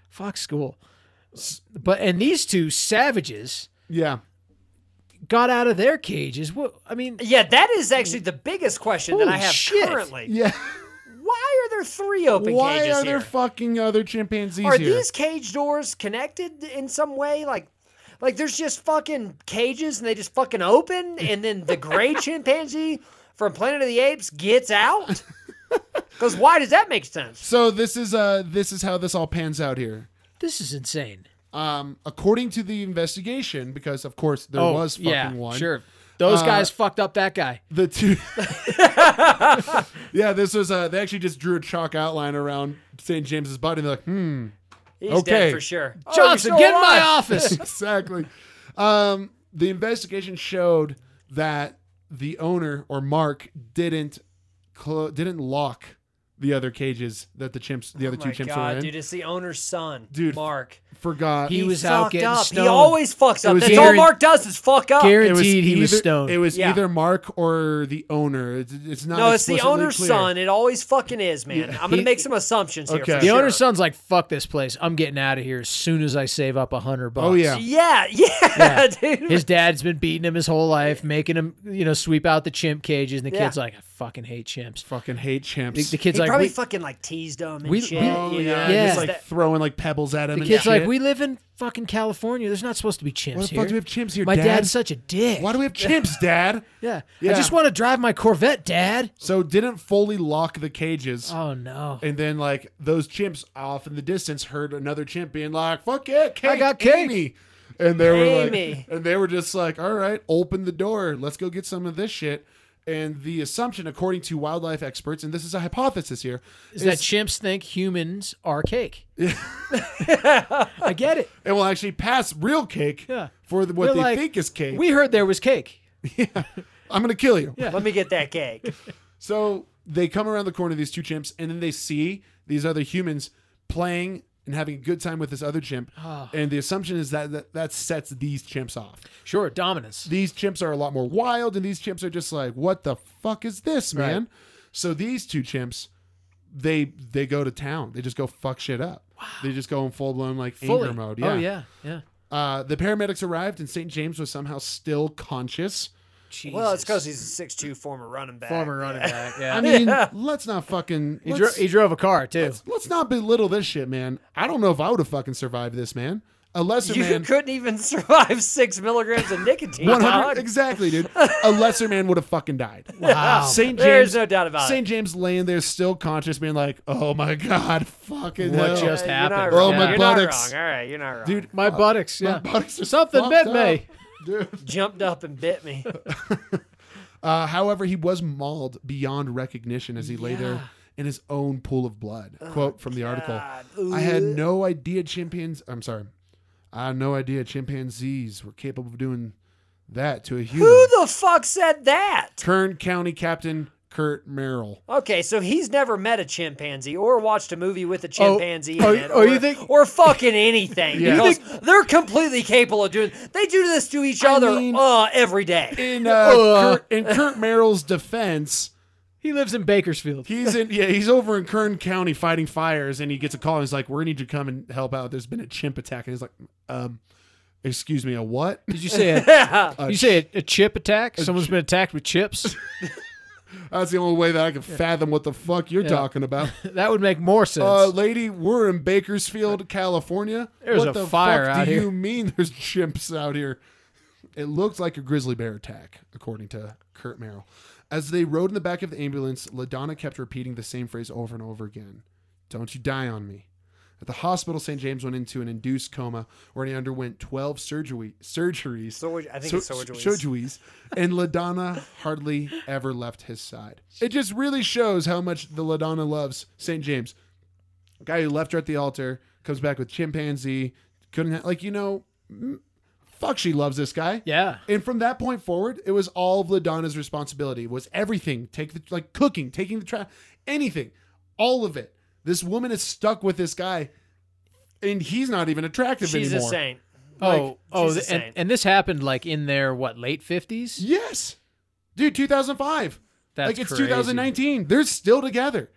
Speaker 3: fuck school. But and these two savages
Speaker 4: Yeah,
Speaker 3: got out of their cages. What I mean,
Speaker 1: yeah, that is actually the biggest question that I
Speaker 3: Holy
Speaker 1: have
Speaker 3: shit.
Speaker 1: currently.
Speaker 3: <laughs>
Speaker 4: yeah.
Speaker 1: Why are there three open
Speaker 4: Why
Speaker 1: cages
Speaker 4: are there
Speaker 1: here?
Speaker 4: fucking other chimpanzees
Speaker 1: Are
Speaker 4: here?
Speaker 1: these cage doors connected in some way? Like, like there's just fucking cages and they just fucking open, and then the
Speaker 3: <laughs>
Speaker 1: gray chimpanzee from Planet of the Apes gets
Speaker 3: <laughs>
Speaker 1: out. Because why does that make sense?
Speaker 4: so this is uh this is how this all pans out here.
Speaker 3: this is insane.
Speaker 4: Um, according to the investigation, because of course there
Speaker 3: oh,
Speaker 4: was fucking
Speaker 3: yeah,
Speaker 4: one.
Speaker 3: Sure, those
Speaker 4: Uh,
Speaker 3: guys fucked up that guy.
Speaker 4: The
Speaker 3: <laughs>
Speaker 4: two. <laughs> yeah, this was. Uh, they actually just drew a chalk outline around St. James's body. And they're like, hmm,
Speaker 1: He's
Speaker 4: Okay.
Speaker 1: dead for sure. Oh,
Speaker 3: Johnson,
Speaker 1: he's still
Speaker 3: get in my
Speaker 1: alive.
Speaker 3: office.
Speaker 4: <laughs> exactly. Um, the investigation showed that the owner or Mark didn't clo- didn't lock the other cages that the chimps, the other
Speaker 1: Oh
Speaker 4: two
Speaker 1: my
Speaker 4: chimps
Speaker 1: God,
Speaker 4: were in.
Speaker 1: dude, it's the owner's son,
Speaker 4: Dude,
Speaker 1: Mark.
Speaker 4: Forgot.
Speaker 3: He was
Speaker 1: fucked
Speaker 3: out getting
Speaker 1: up.
Speaker 3: stoned.
Speaker 1: He always fucks up.
Speaker 4: was
Speaker 1: That's all
Speaker 3: guaran-
Speaker 1: Mark does is fuck up.
Speaker 3: Guaran-
Speaker 4: It was
Speaker 3: Guaranteed he was
Speaker 4: either-
Speaker 3: stoned.
Speaker 4: It was
Speaker 1: Yeah.
Speaker 4: either Mark or the owner. It's, it's not.
Speaker 1: no, it's the
Speaker 4: explicitly
Speaker 1: owner's
Speaker 4: clear.
Speaker 1: son. It always fucking is, man. I'm gonna
Speaker 3: He-
Speaker 1: make some assumptions here.
Speaker 4: Okay.
Speaker 1: For
Speaker 3: The
Speaker 1: sure.
Speaker 3: owner's son's like, "Fuck this place. I'm getting out of here as soon as I save up a hundred bucks."
Speaker 4: Oh yeah.
Speaker 1: Yeah, <laughs> yeah, dude.
Speaker 3: His dad's been beating him his whole life, making him, you know, sweep out the chimp cages. And the
Speaker 1: Yeah.
Speaker 3: kid's like, I fucking hate chimps.
Speaker 4: Fucking hate chimps.
Speaker 3: The, the kid's
Speaker 1: he
Speaker 3: like,
Speaker 1: probably
Speaker 3: we,
Speaker 1: fucking like teased him and
Speaker 3: we-
Speaker 1: shit.
Speaker 3: we-
Speaker 4: Oh
Speaker 1: you know?
Speaker 4: yeah,
Speaker 3: Yeah.
Speaker 4: just like throwing like pebbles at him.
Speaker 3: the
Speaker 4: and
Speaker 3: kid's like,
Speaker 4: shit.
Speaker 3: we live in fucking California. There's not supposed to be chimps
Speaker 4: Why the
Speaker 3: here.
Speaker 4: fuck do we have chimps here,
Speaker 3: My
Speaker 4: Dad?
Speaker 3: dad's such a dick.
Speaker 4: Why do
Speaker 3: <laughs>
Speaker 4: we have chimps, Dad?
Speaker 3: yeah.
Speaker 4: Yeah.
Speaker 3: I just want to drive my Corvette, Dad.
Speaker 4: So didn't fully lock the cages,
Speaker 3: Oh no.
Speaker 4: and then like those chimps off in the distance heard another chimp being like, "Fuck it, cake,
Speaker 3: got cake."
Speaker 4: Amy." And they were like,
Speaker 1: Amy.
Speaker 4: and they were just like, "All right, open the door. Let's go get some of this shit." And the assumption, according to wildlife experts, and this is a hypothesis here,
Speaker 3: Is that chimps think humans are
Speaker 4: <laughs>
Speaker 3: cake? I get it.
Speaker 4: it will actually pass real cake
Speaker 3: Yeah.
Speaker 4: for the, what
Speaker 3: They're
Speaker 4: they
Speaker 3: like,
Speaker 4: think is cake.
Speaker 3: We heard there was cake.
Speaker 4: I'm gonna kill you.
Speaker 1: Let me get that
Speaker 3: <laughs>
Speaker 1: cake.
Speaker 4: So they come around the corner, these two chimps, and then they see these other humans playing and having a good time with this other chimp.
Speaker 3: Ah.
Speaker 4: And the assumption is that, that that sets these chimps off.
Speaker 3: Sure, dominance.
Speaker 4: These chimps are a lot more wild, and these chimps are just like, "What the fuck is this, man?" So these two chimps, they they go to town. They just go fuck shit up. They just go in full blown like
Speaker 3: Fully.
Speaker 4: anger mode.
Speaker 3: Oh yeah, yeah.
Speaker 4: Uh, the paramedics arrived, and St. James was somehow still conscious.
Speaker 3: Jesus.
Speaker 1: Well, it's because he's a six-two former running back.
Speaker 3: former running back. Yeah.
Speaker 4: I mean, let's not fucking.
Speaker 3: he,
Speaker 4: let's-
Speaker 3: dro- he drove a car too.
Speaker 4: Let's not belittle this shit, man. I don't know if I would have fucking survived this, man. A lesser
Speaker 1: You
Speaker 4: man.
Speaker 1: couldn't even <laughs> survive six milligrams of nicotine.
Speaker 4: 100
Speaker 1: dog.
Speaker 3: <laughs>
Speaker 4: exactly, dude. A lesser man would have fucking died.
Speaker 3: Wow.
Speaker 4: St. James,
Speaker 1: There's no doubt about
Speaker 4: St. James laying there still conscious, being like, "Oh my god, fucking
Speaker 3: What
Speaker 4: hell.
Speaker 1: it.
Speaker 3: just
Speaker 1: You're
Speaker 3: happened.
Speaker 1: not
Speaker 4: Oh,
Speaker 1: wrong.
Speaker 4: my
Speaker 1: you're
Speaker 4: buttocks.
Speaker 1: Not wrong. All right, you're not wrong.
Speaker 4: dude, uh,
Speaker 3: My buttocks, yeah.
Speaker 4: my buttocks are
Speaker 3: Something
Speaker 4: fucked
Speaker 3: bit
Speaker 4: up.
Speaker 3: me.
Speaker 1: jumped up and bit
Speaker 3: <laughs>
Speaker 1: me.
Speaker 4: Uh, however, he was mauled beyond recognition as he lay there in his own pool of blood. Quote from the
Speaker 1: God.
Speaker 4: article: "I had no idea chimpanzees. I'm sorry, I had no idea chimpanzees were capable of doing that to a human."
Speaker 1: Who the fuck said that?
Speaker 4: Kern County Captain Kurt Merrill.
Speaker 1: Okay, so he's never met a chimpanzee or watched a movie with a chimpanzee
Speaker 3: oh,
Speaker 1: in it,
Speaker 3: oh,
Speaker 1: or,
Speaker 3: you think-
Speaker 1: or fucking anything.
Speaker 4: <laughs> Yeah.
Speaker 1: Because they're completely capable of doing. They do this to each
Speaker 4: I
Speaker 1: other
Speaker 4: mean-
Speaker 1: uh, every day.
Speaker 4: In uh,
Speaker 3: Ugh.
Speaker 4: Kurt, in Kurt Merrill's defense,
Speaker 3: He lives in Bakersfield.
Speaker 4: he's in yeah he's over in Kern County fighting fires, and he gets a call. and He's like, "We need you to come and help out. There's been a chimp attack." And he's like, "Um, excuse me, a what?" <laughs>
Speaker 3: Did you say a, did you say a, a chip attack? Someone's been attacked with
Speaker 4: <laughs>
Speaker 3: chips. <laughs>
Speaker 4: That's the only way that I can fathom what the fuck you're
Speaker 3: Yeah.
Speaker 4: talking about.
Speaker 3: that would make more sense.
Speaker 4: Uh, lady, we're in Bakersfield, California.
Speaker 3: There's
Speaker 4: what
Speaker 3: a
Speaker 4: the
Speaker 3: fire
Speaker 4: fuck
Speaker 3: out
Speaker 4: do
Speaker 3: here.
Speaker 4: you mean there's chimps out here? It looked like a grizzly bear attack, according to Kurt Merrill. As they rode in the back of the ambulance, LaDonna kept repeating the same phrase over and over again Don't you die on me. At the hospital, St. James went into an induced coma where he underwent 12 surgery, surgeries.
Speaker 1: So, I think
Speaker 4: So-
Speaker 1: it's Sojourn.
Speaker 4: Sojourneys, and LaDonna hardly ever left his side. It just really shows how much the LaDonna loves St. James. Guy who left her at the altar comes back with chimpanzee. Couldn't ha- like you know, mm, fuck. She loves this guy.
Speaker 3: yeah.
Speaker 4: And from that point forward, it was all of LaDonna's responsibility. It was everything. Take the like cooking, taking the trash, anything, all of it. This woman is stuck with this guy, and he's not even attractive
Speaker 1: She's a
Speaker 4: anymore.
Speaker 1: saint.
Speaker 3: Oh, oh,
Speaker 1: she's
Speaker 3: th-
Speaker 1: the
Speaker 3: and,
Speaker 1: same.
Speaker 3: and this happened like in their what late fifties?
Speaker 4: Yes, dude, two thousand five.
Speaker 3: That's
Speaker 4: like it's
Speaker 3: crazy.
Speaker 4: 2019. They're still together.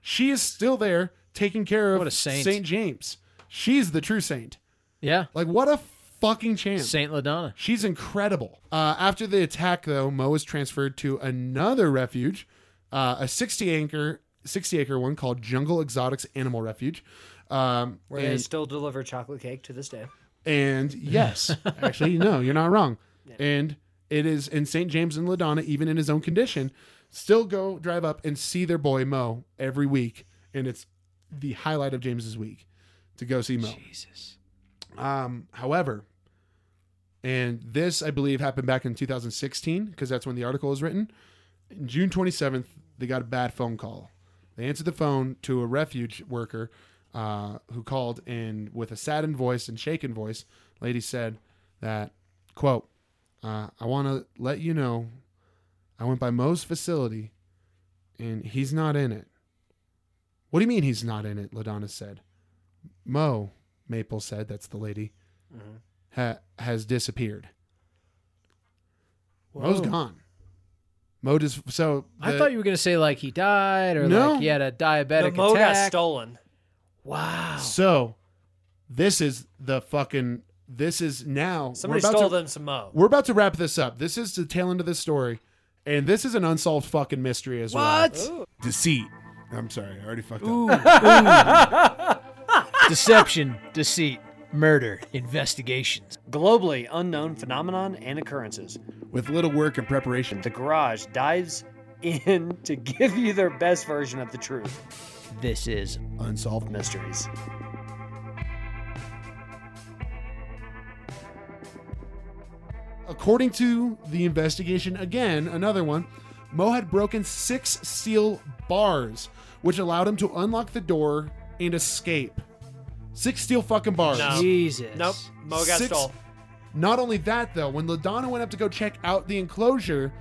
Speaker 4: She is still there taking care of
Speaker 3: What a saint.
Speaker 4: St. James. She's the true saint.
Speaker 3: Yeah,
Speaker 4: Like what a fucking chance.
Speaker 3: Saint Ladonna.
Speaker 4: She's incredible. Uh, after the attack, though, Mo is transferred to another refuge, uh, a 60 acre, 60 acre one called Jungle Exotics Animal Refuge. Um,
Speaker 1: Where they
Speaker 4: and,
Speaker 1: still deliver chocolate cake to this day.
Speaker 4: and yes, actually, no, you're not wrong. And it is in St. James and LaDonna, even in his own condition, still go drive up and see their boy Mo every week. And it's the highlight of James's week to go see Mo.
Speaker 3: Jesus.
Speaker 4: Um, however, and this I believe happened back in 2016 because that's when the article was written. In June 27th, they got a bad phone call. They answered the phone to a refuge worker uh, who called and with a saddened voice and shaken voice, lady said that quote, uh, "I want to let you know, I went by Mo's facility, and he's not in it." What do you mean he's not in it? Ladonna said. Mo, Maple said, that's the lady, ha- has disappeared. Mo's gone. Mo just so
Speaker 3: I
Speaker 4: the-
Speaker 3: thought you were gonna say like he died or
Speaker 4: No.
Speaker 3: like he had a
Speaker 1: The
Speaker 3: diabetic
Speaker 1: mo got
Speaker 3: attack.
Speaker 1: stolen.
Speaker 3: wow. <laughs>
Speaker 4: so. This is the fucking. This is now.
Speaker 1: Somebody
Speaker 4: we're about
Speaker 1: stole
Speaker 4: to,
Speaker 1: them some mo.
Speaker 4: We're about to wrap this up. This is the tail end of this story, and this is an unsolved fucking mystery as well.
Speaker 3: What?
Speaker 4: Deceit. I'm sorry, I already fucked up.
Speaker 3: Deception, deceit, murder, investigations.
Speaker 1: Globally unknown phenomenon and occurrences.
Speaker 4: With little work and preparation,
Speaker 1: The garage dives in <laughs> to give you their best version of the truth.
Speaker 3: This is
Speaker 4: unsolved mystery.
Speaker 1: Mysteries.
Speaker 4: According to the investigation, again, another one, Mo had broken six steel bars, which allowed him to unlock the door and escape. Six steel fucking bars.
Speaker 1: No.
Speaker 3: Jesus.
Speaker 1: Nope. Mo got
Speaker 4: Six-
Speaker 1: stole.
Speaker 4: Not only that, though, when LaDonna went up to go check out the enclosure,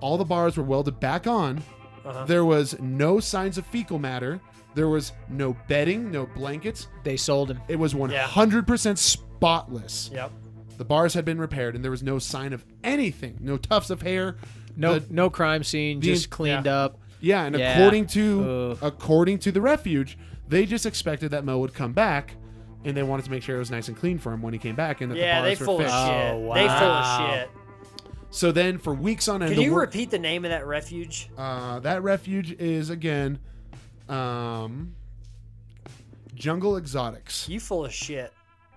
Speaker 4: all the bars were welded back on.
Speaker 1: Uh-huh.
Speaker 4: There was no signs of fecal matter. There was no bedding, no blankets.
Speaker 3: They sold him.
Speaker 4: It was 100% spotless.
Speaker 1: Yep.
Speaker 4: The bars had been repaired, and there was no sign of anything. No tufts of hair.
Speaker 3: No,
Speaker 4: The-
Speaker 3: no crime scene.
Speaker 4: the-
Speaker 3: Just cleaned up.
Speaker 4: yeah, and
Speaker 3: Yeah.
Speaker 4: according to
Speaker 3: Ugh.
Speaker 4: according to the refuge, they just expected that Mo would come back, and they wanted to make sure it was nice and clean for him when he came back, and that
Speaker 1: Yeah,
Speaker 4: the
Speaker 1: they
Speaker 4: bars
Speaker 1: full
Speaker 4: were
Speaker 1: of shit.
Speaker 4: fixed.
Speaker 3: Oh,
Speaker 1: They full
Speaker 3: wow.
Speaker 1: of shit.
Speaker 4: So then, for weeks on end,
Speaker 1: Can
Speaker 4: the
Speaker 1: you
Speaker 4: wor-
Speaker 1: repeat the name of that refuge?
Speaker 4: uh, that refuge is again, um, Jungle Exotics.
Speaker 1: You full of shit.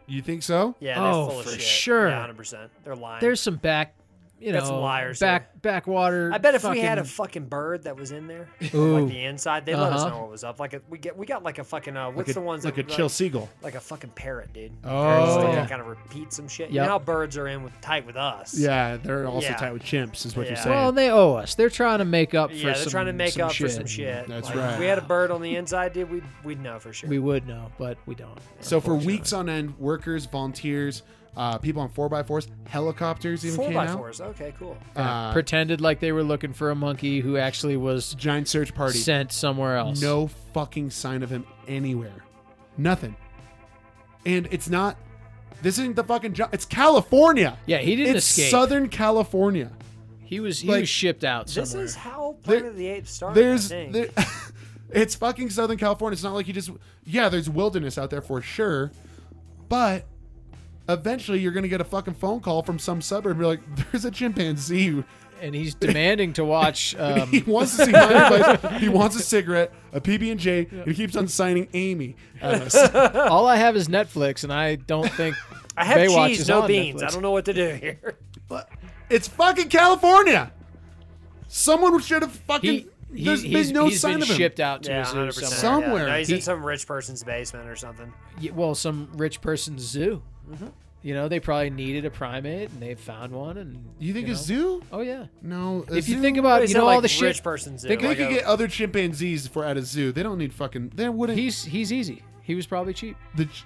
Speaker 4: You think so?
Speaker 1: Yeah, they're
Speaker 3: Oh,
Speaker 1: full of
Speaker 3: for
Speaker 1: shit.
Speaker 3: sure.
Speaker 1: Yeah, 100%. They're lying.
Speaker 3: There's some back, you know,
Speaker 1: Got some liars
Speaker 3: back backwater.
Speaker 1: I bet if we had a
Speaker 3: fucking-
Speaker 1: fucking bird that was in there,
Speaker 3: Ooh.
Speaker 1: like the inside, they let us
Speaker 3: Uh-huh.
Speaker 1: know what was up. Like a, we get, we got like a fucking uh, what's
Speaker 4: Like a-
Speaker 1: the ones
Speaker 4: like a
Speaker 1: that
Speaker 4: chill seagull.
Speaker 1: like a fucking parrot, dude.
Speaker 4: Oh.
Speaker 1: so they
Speaker 4: Yeah.
Speaker 1: can kind of repeat some shit. You
Speaker 3: Yep.
Speaker 1: know how birds are in with tight with us.
Speaker 4: Yeah, they're also
Speaker 1: Yeah.
Speaker 4: tied with chimps, is what you're
Speaker 1: Yeah.
Speaker 4: saying.
Speaker 3: well, they owe us. They're trying to make up for
Speaker 1: yeah, they're
Speaker 3: some-
Speaker 1: trying to make
Speaker 3: some
Speaker 1: up
Speaker 3: shit.
Speaker 1: for some shit.
Speaker 4: That's
Speaker 1: Like,
Speaker 4: right.
Speaker 1: If we had a bird on the inside, dude, we'd we'd know for sure.
Speaker 3: We would know, but we don't.
Speaker 4: So for weeks on end, workers, volunteers, uh, people on four by fours, helicopters even
Speaker 1: Four
Speaker 4: came
Speaker 1: by
Speaker 4: out.
Speaker 1: fours. Okay, cool.
Speaker 4: Uh,
Speaker 3: unfortunately. pretended like they were looking for a monkey who actually was
Speaker 4: Giant search party.
Speaker 3: sent somewhere else.
Speaker 4: No fucking sign of him anywhere. Nothing. And it's not. This isn't the fucking job. It's California.
Speaker 3: Yeah, he didn't
Speaker 4: it's
Speaker 3: escape.
Speaker 4: Southern California.
Speaker 3: he was he
Speaker 4: like-
Speaker 3: was shipped out somewhere.
Speaker 1: This is how Planet of the Apes started.
Speaker 4: There's.
Speaker 1: I think.
Speaker 4: There, <laughs> it's fucking Southern California. It's not like you just. Yeah, there's wilderness out there for sure. But eventually you're going to get a fucking phone call from some suburb and be like, there's a chimpanzee. <laughs>
Speaker 3: and he's demanding to watch. Um,
Speaker 4: He wants to see my place. He wants a cigarette, a PB&J, and he keeps on signing Amy Uh, at us.
Speaker 3: uh, all I have is Netflix, and I don't think
Speaker 1: <laughs> I have
Speaker 3: Baywatch
Speaker 1: cheese,
Speaker 3: is
Speaker 1: no
Speaker 3: on
Speaker 1: beans.
Speaker 3: Netflix.
Speaker 1: I don't know what to do here.
Speaker 4: But it's fucking California. Someone should have fucking.
Speaker 3: he,
Speaker 4: There's
Speaker 3: he has
Speaker 4: been no sign
Speaker 3: been
Speaker 4: of him.
Speaker 3: shipped out to
Speaker 1: Yeah,
Speaker 3: a zoo
Speaker 1: 100%.
Speaker 3: somewhere.
Speaker 1: yeah.
Speaker 4: Somewhere.
Speaker 1: No, he's in
Speaker 4: He-
Speaker 1: some rich person's basement or something.
Speaker 3: Yeah, well, some rich person's zoo.
Speaker 1: Mm-hmm.
Speaker 3: You know, they probably needed a primate, and they found one. And
Speaker 4: You think a
Speaker 3: know.
Speaker 4: zoo?
Speaker 3: Oh yeah.
Speaker 4: No. a
Speaker 3: If you
Speaker 4: zoo-
Speaker 3: think about,
Speaker 1: He's
Speaker 3: you
Speaker 1: in,
Speaker 3: know,
Speaker 1: like,
Speaker 3: all the
Speaker 1: rich
Speaker 3: shit.
Speaker 1: person's zoo,
Speaker 4: they could
Speaker 1: like
Speaker 4: could
Speaker 1: a-
Speaker 4: get other chimpanzees for at a zoo. They don't need fucking. They wouldn't.
Speaker 3: He's he's easy. He was probably cheap.
Speaker 4: the. ch-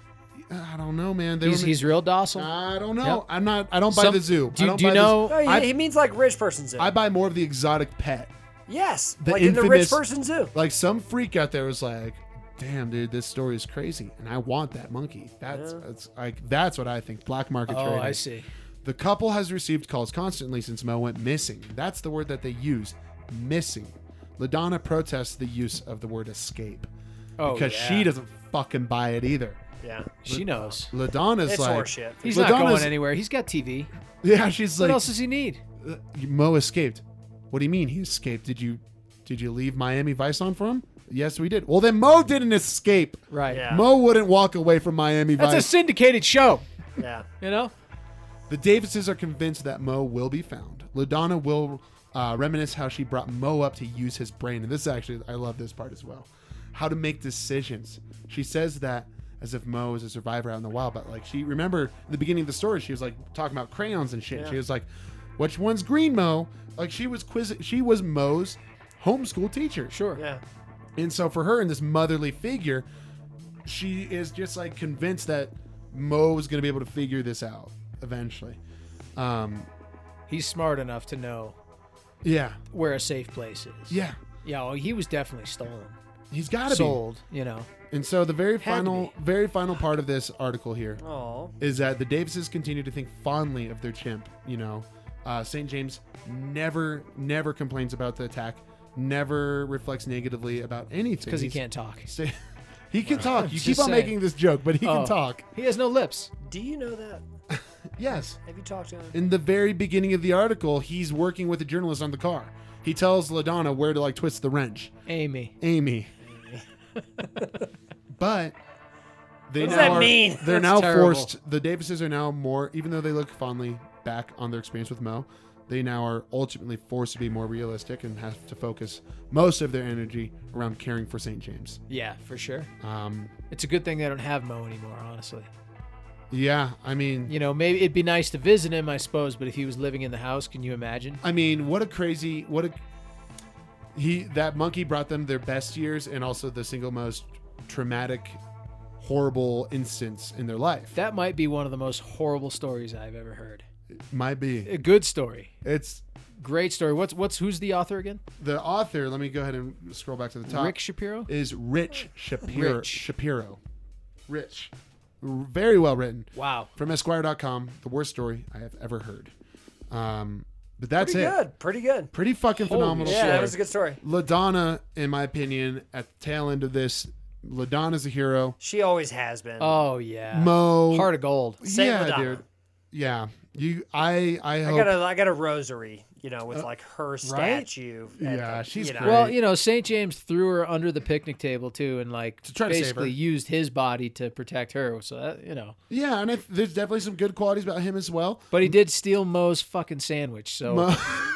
Speaker 4: I don't know, man. They
Speaker 3: He's
Speaker 4: wouldn't-
Speaker 3: he's real docile.
Speaker 4: I don't know.
Speaker 3: Yep.
Speaker 4: I'm not. I don't buy
Speaker 3: Some-
Speaker 4: the zoo.
Speaker 3: Do,
Speaker 4: I
Speaker 3: you-
Speaker 4: don't
Speaker 3: do you
Speaker 4: buy the
Speaker 3: know?
Speaker 1: No, he,
Speaker 4: I-
Speaker 1: oh, he means like rich person's zoo.
Speaker 4: zoo. I buy more of the exotic pet.
Speaker 1: yes,
Speaker 4: The
Speaker 1: like in the rich
Speaker 4: infamous-
Speaker 1: person's
Speaker 4: <laughs>
Speaker 1: zoo.
Speaker 4: Like some freak out there was like, "Damn, dude, this story is crazy, and I want that monkey." That's, that's like that's what I think. Black market
Speaker 3: Oh,
Speaker 4: trading.
Speaker 3: I see.
Speaker 4: The couple has received calls constantly since Mo went missing. That's the word that they use, missing. LaDonna protests the use of the word escape
Speaker 3: Oh,
Speaker 4: because
Speaker 3: yeah.
Speaker 4: she doesn't fucking buy it either.
Speaker 1: Yeah,
Speaker 3: She knows.
Speaker 4: LaDonna's
Speaker 1: it's
Speaker 4: like,
Speaker 1: horseshit.
Speaker 3: He's not
Speaker 4: LaDonna's-
Speaker 3: going anywhere. He's got TV.
Speaker 4: <laughs> yeah, she's
Speaker 3: what
Speaker 4: like,
Speaker 3: else does he need?
Speaker 4: "Uh, Mo escaped. What do you mean he escaped? Did you, did you leave Miami Vice on for him? Yes, we did. Well, then Mo didn't escape.
Speaker 3: Right.
Speaker 1: Yeah.
Speaker 4: Mo wouldn't walk away from Miami
Speaker 3: That's a
Speaker 4: Vice.
Speaker 3: syndicated show.
Speaker 1: Yeah,
Speaker 3: You know.
Speaker 4: The Davises are convinced that Mo will be found. LaDonna will uh, reminisce how she brought Mo up to use his brain. And this is actually, I love this part as well. How to make decisions. She says that as if Mo is a survivor out in the wild, but like she, remember in the beginning of the story, she was like talking about crayons and shit. She was like, which one's green, Mo? Like she was quiz, she was Mo's homeschool teacher.
Speaker 3: Sure.
Speaker 1: yeah.
Speaker 4: And so for her in this motherly figure, she is just like convinced that Mo is going to be able to figure this out eventually. Um,
Speaker 3: He's smart enough to know
Speaker 4: yeah,
Speaker 3: where a safe place is.
Speaker 4: yeah,
Speaker 3: Yeah. Well, he was definitely stolen,
Speaker 4: he's got to be.
Speaker 3: sold. You know.
Speaker 4: And so the very
Speaker 3: Had to
Speaker 4: final, very final part of this article here
Speaker 1: Oh,
Speaker 4: is that the Davises continue to think fondly of their chimp. You know, uh, St. James never, never complains about the attack, never reflects negatively about anything
Speaker 3: Because he
Speaker 4: He's-
Speaker 3: can't talk.
Speaker 4: St- <laughs> he
Speaker 3: <laughs>
Speaker 4: can talk. You
Speaker 3: Just
Speaker 4: keep on
Speaker 3: saying.
Speaker 4: making this joke, but he
Speaker 3: Oh.
Speaker 4: can talk.
Speaker 3: He has no lips.
Speaker 1: do you know that?
Speaker 4: Yes.
Speaker 1: Have you talked to him?
Speaker 4: in the very beginning of the article, he's working with a journalist on the car. He tells LaDonna where to like twist the wrench.
Speaker 3: Amy.
Speaker 4: Amy. but they
Speaker 1: What does
Speaker 4: now
Speaker 1: that
Speaker 4: are-
Speaker 1: mean?
Speaker 4: they're
Speaker 3: That's
Speaker 4: now
Speaker 3: terrible.
Speaker 4: forced the Davises are now more even though they look fondly back on their experience with Mo, they now are ultimately forced to be more realistic and have to focus most of their energy around caring for St. James.
Speaker 3: Yeah, for sure.
Speaker 4: Um
Speaker 3: It's a good thing they don't have Mo anymore, honestly.
Speaker 4: yeah, I mean
Speaker 3: You know, maybe it'd be nice to visit him, I suppose, but if he was living in the house, can you imagine?
Speaker 4: I mean, what a crazy what a he that monkey brought them their best years and also the single most traumatic, horrible instance in their life.
Speaker 3: That might be one of the most horrible stories I've ever heard.
Speaker 4: Might be.
Speaker 3: A good story.
Speaker 4: It's
Speaker 3: Great story. What's what's who's the author again?
Speaker 4: the author. Let me go ahead and scroll back to the top.
Speaker 3: Rick Shapiro?
Speaker 4: is Rich Shapiro.
Speaker 3: Rich.
Speaker 4: Shapiro. Rich. Very well written.
Speaker 3: Wow.
Speaker 4: From Esquire.com, the worst story I have ever heard. Um, but that's
Speaker 1: Pretty
Speaker 4: it.
Speaker 1: good. Pretty good.
Speaker 4: Pretty fucking phenomenal
Speaker 1: Yeah,
Speaker 4: story.
Speaker 1: that was a good story.
Speaker 4: LaDonna, in my opinion, at the tail end of this, LaDonna's a hero.
Speaker 1: She always has been.
Speaker 3: Oh yeah.
Speaker 4: Mo,
Speaker 3: Heart of gold.
Speaker 1: Say
Speaker 4: yeah,
Speaker 1: LaDonna.
Speaker 4: dude, yeah. You, I, I
Speaker 1: I
Speaker 4: hope.
Speaker 1: got a I got a rosary, you know, with like her statue. at
Speaker 4: Uh, Yeah,
Speaker 1: the-
Speaker 4: she's
Speaker 1: you know.
Speaker 4: great.
Speaker 3: Well, you know, St. James threw her under the picnic table too and like
Speaker 4: To try to save
Speaker 3: basically
Speaker 4: her.
Speaker 3: used his body to protect her. So that, you know.
Speaker 4: yeah, and I, there's definitely some good qualities about him as well. <laughs>
Speaker 3: But he did steal Mo's fucking sandwich, so
Speaker 4: Mo-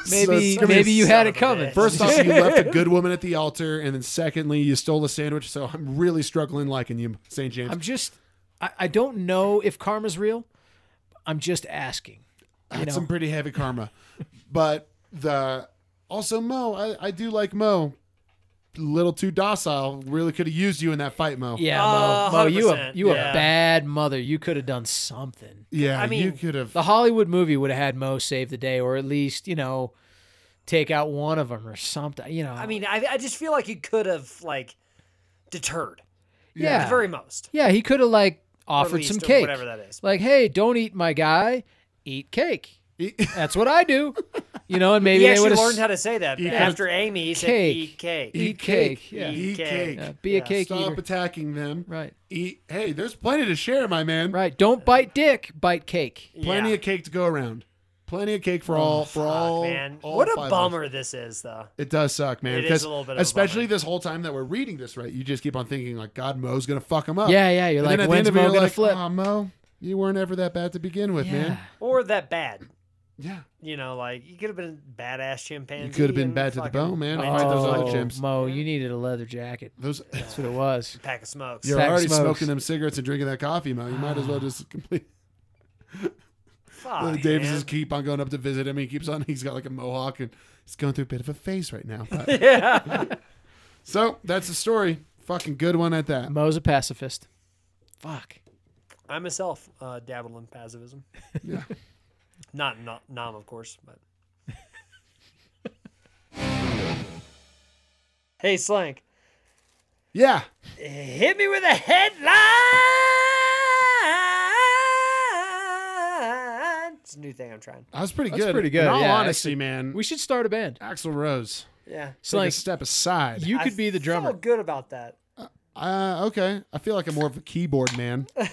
Speaker 4: so
Speaker 3: maybe
Speaker 4: it's gonna be-
Speaker 3: maybe you had
Speaker 1: son
Speaker 3: it
Speaker 1: of a
Speaker 3: coming.
Speaker 1: bitch.
Speaker 4: First
Speaker 3: <laughs>
Speaker 4: off, you left a good woman at the altar, and then secondly, you stole a sandwich. So I'm really struggling liking you, St. James.
Speaker 3: I'm just I, I don't know if karma's real. I'm just asking.
Speaker 4: That's
Speaker 3: know.
Speaker 4: some pretty heavy karma. but the also Mo, I, I do like Mo. A little too docile. Really could have used you in that fight, Mo.
Speaker 3: Yeah,
Speaker 1: Uh,
Speaker 3: Mo, Mo you a
Speaker 1: 100%,
Speaker 3: you
Speaker 1: yeah.
Speaker 3: a bad mother. You could have done something.
Speaker 4: yeah.
Speaker 1: I
Speaker 4: you
Speaker 1: mean,
Speaker 4: could have.
Speaker 3: The Hollywood movie would have had Mo save the day, or at least you know take out one of them or something. You know,
Speaker 1: I mean, I, I just feel like he could have like deterred at
Speaker 3: yeah,
Speaker 1: the very most.
Speaker 3: yeah, he could have like offered
Speaker 1: least,
Speaker 3: some
Speaker 1: or
Speaker 3: cake,
Speaker 1: whatever that is.
Speaker 3: Like, hey, don't eat my guy, eat cake.
Speaker 4: Eat-
Speaker 3: That's what I
Speaker 1: <laughs>
Speaker 3: do. You know, and maybe
Speaker 1: He
Speaker 3: they would
Speaker 1: actually
Speaker 3: have
Speaker 1: learned how to say that
Speaker 4: Yeah.
Speaker 1: after Amy he said
Speaker 3: Cake.
Speaker 1: eat cake.
Speaker 3: eat cake. Yeah.
Speaker 4: Eat cake.
Speaker 3: Yeah, be a cake
Speaker 4: Stop
Speaker 3: eater.
Speaker 4: attacking them.
Speaker 3: Right.
Speaker 4: Eat. Hey, there's plenty to share, my man.
Speaker 3: Right. Don't bite dick, bite cake.
Speaker 4: Plenty
Speaker 1: Yeah.
Speaker 4: of cake to go around. Plenty of cake for all. For all.
Speaker 1: Man,
Speaker 4: all
Speaker 1: what
Speaker 4: five of
Speaker 1: a
Speaker 4: us.
Speaker 1: bummer this is, though.
Speaker 4: It does suck, man.
Speaker 1: It is
Speaker 4: because
Speaker 1: a little bit of a
Speaker 4: especially
Speaker 1: bummer.
Speaker 4: this whole time that we're reading this, right? You just keep on thinking like, God, Mo's gonna fuck him up.
Speaker 3: Yeah, yeah, you're
Speaker 4: And
Speaker 3: like,
Speaker 4: then at
Speaker 3: when's
Speaker 4: the end of it,
Speaker 3: Mo
Speaker 4: you're
Speaker 3: gonna
Speaker 4: like, "Oh,
Speaker 3: flip?
Speaker 4: "Aw, Mo, you weren't ever that bad to begin with, man.
Speaker 1: Or that bad.
Speaker 4: Yeah,
Speaker 1: You know, like you could have been a badass chimpanzee.
Speaker 4: you could have been
Speaker 1: and
Speaker 4: bad to the
Speaker 1: fucking
Speaker 4: bone, man.
Speaker 1: went
Speaker 4: Fight
Speaker 1: to
Speaker 4: those
Speaker 1: a
Speaker 4: other chimps.
Speaker 3: Oh, Mo, you needed a leather jacket.
Speaker 4: Those.
Speaker 3: That's what it was.
Speaker 1: Pack of smokes.
Speaker 4: <laughs> You're
Speaker 3: Sack
Speaker 4: already
Speaker 3: smokes. Ah.
Speaker 4: smoking them cigarettes and drinking that coffee, Mo. You might as well just complete. <laughs>
Speaker 1: Fuck,
Speaker 4: Davis
Speaker 1: Ah, man.
Speaker 4: is keep on going up to visit him. He keeps on. He's got like a mohawk and he's going through a bit of a phase right now.
Speaker 1: <laughs>
Speaker 4: But- <laughs> so that's the story. Fucking good one at that.
Speaker 3: Mo's a pacifist. Fuck.
Speaker 1: I myself uh, dabble in pacifism.
Speaker 4: Yeah.
Speaker 1: Not no- nom, of course, but. <laughs> hey, Slank,
Speaker 4: Yeah.
Speaker 1: hit me with a headline. It's a new thing I'm trying.
Speaker 4: That was pretty
Speaker 3: That's
Speaker 4: good.
Speaker 3: pretty good,
Speaker 4: In all
Speaker 3: yeah,
Speaker 4: honesty,
Speaker 3: actually.
Speaker 4: man.
Speaker 3: We should start a band.
Speaker 4: Axel Rose.
Speaker 1: Yeah.
Speaker 3: So
Speaker 4: Take
Speaker 3: like
Speaker 4: a step aside.
Speaker 3: you could be the
Speaker 1: I
Speaker 3: drummer.
Speaker 1: feel good about
Speaker 3: <laughs>
Speaker 1: that.
Speaker 4: uh, okay. I feel like I'm more of a keyboard
Speaker 3: <laughs>
Speaker 4: man. I'm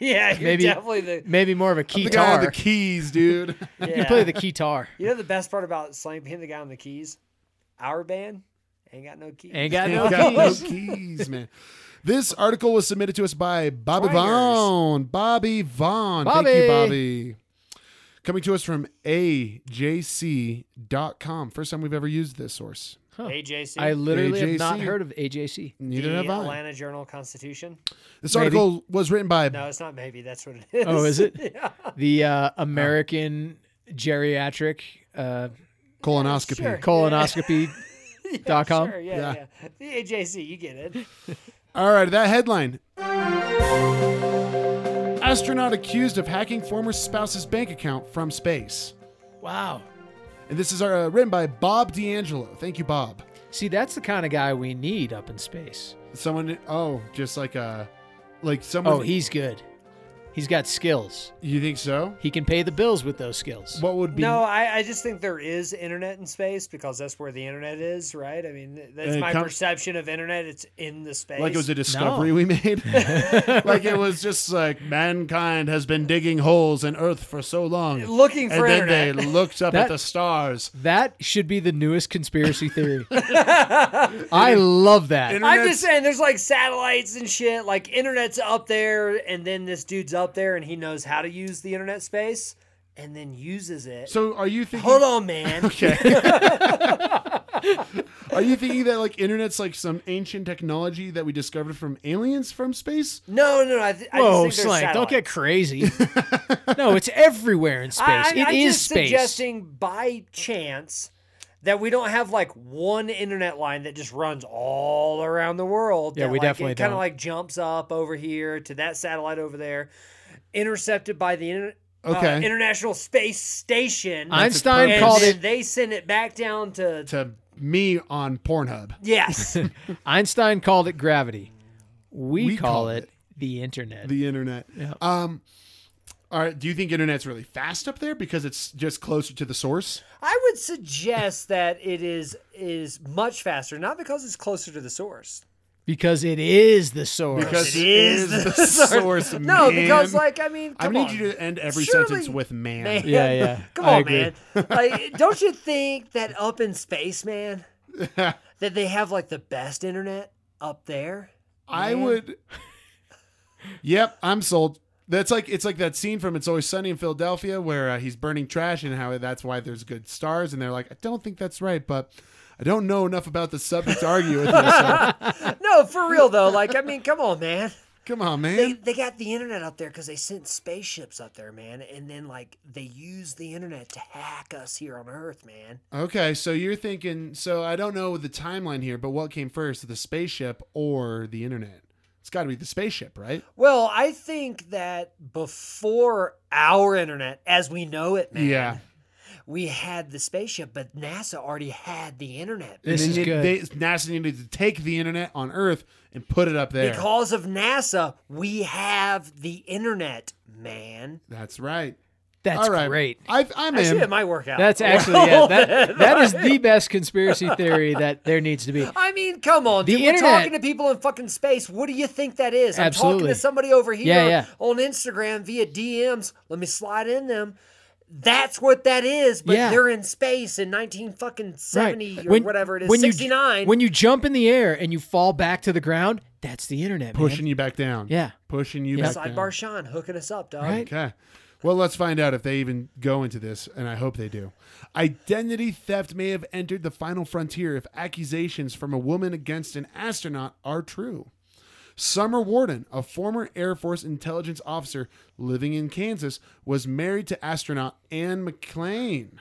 Speaker 1: Yeah, you're
Speaker 3: Maybe-
Speaker 1: definitely the.
Speaker 3: Maybe more of a
Speaker 4: the guy on
Speaker 3: keytar.
Speaker 4: the keys, dude.
Speaker 1: Yeah.
Speaker 3: <laughs> You play the keytar.
Speaker 1: You know the best part about Slank being the guy on the keys? Our band ain't got no keys. <laughs>
Speaker 3: Ain't got
Speaker 4: Ain't
Speaker 3: no
Speaker 4: got no
Speaker 3: keys.
Speaker 4: keys, man. This article was submitted to us by Bobby
Speaker 1: Twangers.
Speaker 4: Vaughn. Bobby Vaughn. Thank
Speaker 3: Bobby.
Speaker 4: you, Bobby. Coming to us from ajc.com. First time we've ever used this source.
Speaker 1: AJC.
Speaker 3: I literally have
Speaker 4: AJC.
Speaker 3: not heard of
Speaker 4: <laughs>
Speaker 3: AJC.
Speaker 4: Neither
Speaker 1: the
Speaker 4: have I.
Speaker 1: Atlanta Journal Constitution.
Speaker 4: This
Speaker 3: Maybe.
Speaker 4: article was written by
Speaker 1: No, it's not maybe. That's what it is.
Speaker 3: Oh, is
Speaker 1: <laughs>
Speaker 3: it?
Speaker 1: yeah.
Speaker 3: The uh, American geriatric
Speaker 4: <laughs>
Speaker 3: uh,
Speaker 4: colonoscopy.
Speaker 1: Sure.
Speaker 4: <laughs>
Speaker 3: colonoscopy dot com.
Speaker 1: Sure, yeah,
Speaker 4: Yeah.
Speaker 1: yeah. The AJC, you get it.
Speaker 4: All right, that headline. Astronaut accused of hacking former spouse's bank account from space.
Speaker 3: Wow.
Speaker 4: And this is uh, written by Bob D'Angelo. Thank you, Bob.
Speaker 3: See, that's the kind of guy we need up in space.
Speaker 4: Someone, oh, just like a, like someone.
Speaker 3: Oh, he's good. He's got skills.
Speaker 4: You think so?
Speaker 3: He can pay the bills with those skills.
Speaker 4: What would be?
Speaker 1: No, I, I just think there is internet in space because that's where the internet is, right? I mean, th- that's
Speaker 4: And it
Speaker 1: my
Speaker 4: com-
Speaker 1: perception of internet. It's in the space.
Speaker 4: like it was a discovery
Speaker 1: <laughs>
Speaker 4: we made. like it was just like mankind has been digging holes in Earth for so long,
Speaker 1: Looking for
Speaker 4: and then
Speaker 1: internet.
Speaker 4: they looked up
Speaker 3: That-
Speaker 4: at the stars.
Speaker 3: That should be the newest
Speaker 1: <laughs>
Speaker 3: conspiracy theory. I love that.
Speaker 1: I'm
Speaker 4: Internet's-
Speaker 1: just saying, there's like satellites and shit. Like internet's up there, and then this dude's up there, and he knows how to use the internet space, and then uses it.
Speaker 4: So are you thinking?
Speaker 1: Hold on, man.
Speaker 4: <laughs> Okay. Are you thinking that like internet's like some ancient technology that we discovered from aliens from space?
Speaker 1: <laughs> No, no, no. I, th- I
Speaker 3: Whoa,
Speaker 1: just think there's
Speaker 3: Slank, don't get
Speaker 1: satellites.
Speaker 3: crazy.
Speaker 1: <laughs>
Speaker 3: no, it's everywhere in space.
Speaker 1: I,
Speaker 3: It
Speaker 1: I,
Speaker 3: is
Speaker 1: I'm just
Speaker 3: space.
Speaker 1: suggesting by chance that we don't have like one internet line that just runs all around the world.
Speaker 3: Yeah,
Speaker 1: that,
Speaker 3: we
Speaker 1: like,
Speaker 3: definitely
Speaker 1: it kind
Speaker 3: don't.
Speaker 1: of like jumps up over here to that satellite over there, intercepted by the inter- uh,
Speaker 4: Okay.
Speaker 1: International Space Station.
Speaker 3: Einstein
Speaker 1: and
Speaker 3: called
Speaker 1: then
Speaker 3: it
Speaker 1: they send it back down to,
Speaker 4: To me on Pornhub.
Speaker 3: <laughs>
Speaker 1: yes.
Speaker 3: Einstein called it gravity. We,
Speaker 4: We
Speaker 3: call,
Speaker 4: call
Speaker 3: it, the internet.
Speaker 4: The internet. Um all right, do you think internet's really fast up there because it's just closer to the source?
Speaker 1: I would suggest that it is is much faster, not because it's closer to the source.
Speaker 3: because it is the source.
Speaker 4: Because
Speaker 1: It is <laughs>
Speaker 4: the source.
Speaker 1: No,
Speaker 4: man.
Speaker 1: because like I mean,
Speaker 4: I
Speaker 1: come
Speaker 4: need
Speaker 1: on.
Speaker 4: you to end every
Speaker 1: Surely-
Speaker 4: sentence with man.
Speaker 1: Man.
Speaker 3: Yeah, yeah.
Speaker 1: <laughs> Come
Speaker 3: I
Speaker 1: on,
Speaker 3: agree.
Speaker 1: man. Like, don't you think that up in space,
Speaker 3: <laughs>
Speaker 1: man, that they have like the best internet up there? <laughs>
Speaker 4: I would. Yep, I'm sold. That's like it's like that scene from It's Always Sunny in Philadelphia where uh, he's burning trash and how that's why there's good stars and they're like, I don't think that's right, but I don't know enough about the subject to
Speaker 3: <laughs>
Speaker 4: argue with you. So
Speaker 1: No, for real though. Like, I mean, come on, man.
Speaker 4: come on,
Speaker 1: They,
Speaker 4: man.
Speaker 1: they got the internet up there because they sent spaceships up there, man, and then like they use the internet to hack us here on Earth, man.
Speaker 4: Okay, so you're thinking. So I don't know the timeline here, but what came first, the spaceship or the internet? It's got to be the spaceship, right?
Speaker 1: Well, I think that before our internet, as we know it, man,
Speaker 4: Yeah.
Speaker 1: we had the spaceship, but NASA already had the internet.
Speaker 3: This
Speaker 4: and
Speaker 3: is
Speaker 4: then
Speaker 3: good.
Speaker 4: They, NASA needed to take the internet on Earth and put it up there.
Speaker 1: Because of NASA, we have the internet, man.
Speaker 4: That's right.
Speaker 3: That's
Speaker 4: All right.
Speaker 3: great.
Speaker 4: I, I'm
Speaker 1: Actually, it
Speaker 4: in.
Speaker 1: might work out.
Speaker 3: That's actually
Speaker 1: <laughs>
Speaker 3: yeah, that, that is the best conspiracy theory that there needs to be.
Speaker 1: I mean, come on,
Speaker 3: The
Speaker 1: dude. We're
Speaker 3: internet-
Speaker 1: talking to people in fucking space. What do you think that is? I'm talking
Speaker 3: Absolutely.
Speaker 1: to somebody over here
Speaker 3: Yeah, yeah.
Speaker 1: on Instagram via DMs. Let me slide in them. That's what that is, but
Speaker 3: Yeah.
Speaker 1: they're in space in 19 fucking 70 or whatever it is,
Speaker 3: when you-
Speaker 1: 69.
Speaker 3: when you jump in the air and you fall back to the ground, that's the internet. man.
Speaker 4: Pushing you back down.
Speaker 3: Yeah.
Speaker 4: Pushing you back down.
Speaker 1: Sidebar Sean hooking us up, dog.
Speaker 3: Right.
Speaker 4: Okay. Well, let's find out if they even go into this, and I hope they do. Identity theft may have entered the final frontier if accusations from a woman against an astronaut are true. Summer Warden, a former Air Force intelligence officer living in Kansas, was married to astronaut Anne McLean.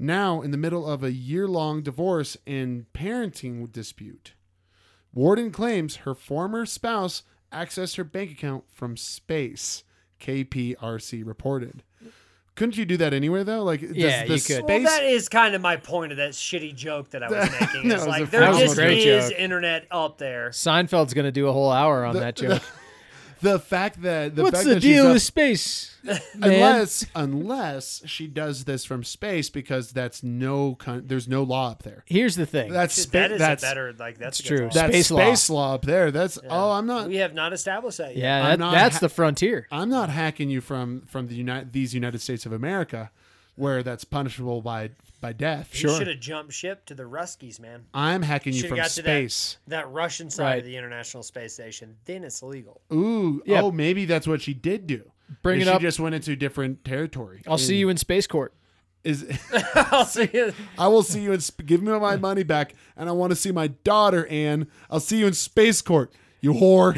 Speaker 4: Now, in the middle of a year long divorce and parenting dispute, Warden claims her former spouse accessed her bank account from space. KPRC reported. Couldn't you do that anywhere though? Like, does
Speaker 3: Yeah,
Speaker 4: the
Speaker 3: you could.
Speaker 1: Well,
Speaker 4: Space,
Speaker 1: that is kind of my point of that shitty joke that I
Speaker 3: <laughs>
Speaker 1: was making.
Speaker 4: No,
Speaker 1: It's
Speaker 4: it was a
Speaker 1: like there
Speaker 4: phenomenal
Speaker 1: just
Speaker 3: great
Speaker 1: is
Speaker 3: joke.
Speaker 1: internet up there.
Speaker 3: Seinfeld's going to do a whole hour on
Speaker 4: <laughs>
Speaker 3: that joke.
Speaker 4: the fact that the
Speaker 3: What's
Speaker 4: fact
Speaker 3: the
Speaker 4: that she's
Speaker 3: deal
Speaker 4: up-
Speaker 3: with
Speaker 4: <laughs>
Speaker 3: space? man?
Speaker 4: unless unless she does this from space because that's no con- there's no law up there.
Speaker 3: Here's the thing.
Speaker 4: That's
Speaker 1: Dude,
Speaker 4: spa-
Speaker 1: that is
Speaker 4: that's
Speaker 1: a better like that's a
Speaker 3: It's
Speaker 1: good
Speaker 3: true.
Speaker 1: thought.
Speaker 4: that's
Speaker 3: Space
Speaker 4: space,
Speaker 3: law.
Speaker 4: law. up there. That's oh, I'm not
Speaker 1: we have not established that yet.
Speaker 3: yeah,
Speaker 4: I'm
Speaker 3: that,
Speaker 4: not
Speaker 3: that's
Speaker 4: ha-
Speaker 3: the frontier.
Speaker 4: I'm not hacking you from from the United these United States of America, where that's punishable by by death.
Speaker 1: He should have jumped ship to the Ruskies, man.
Speaker 4: I'm hacking you
Speaker 1: Should
Speaker 4: from
Speaker 1: have got
Speaker 4: space.
Speaker 1: to that, that Russian side
Speaker 3: Right.
Speaker 1: of the International Space Station. Then it's illegal.
Speaker 4: Ooh,
Speaker 3: Yeah.
Speaker 4: oh, maybe that's what she did do.
Speaker 3: Bring
Speaker 4: Is
Speaker 3: it
Speaker 4: she
Speaker 3: up.
Speaker 4: just went into different territory.
Speaker 3: I'll see you in space court.
Speaker 4: Is
Speaker 1: <laughs> I'll see you.
Speaker 4: I will see you in. sp- Give me my money back, and I want to see my daughter, Anne. I'll see you in space court, you whore.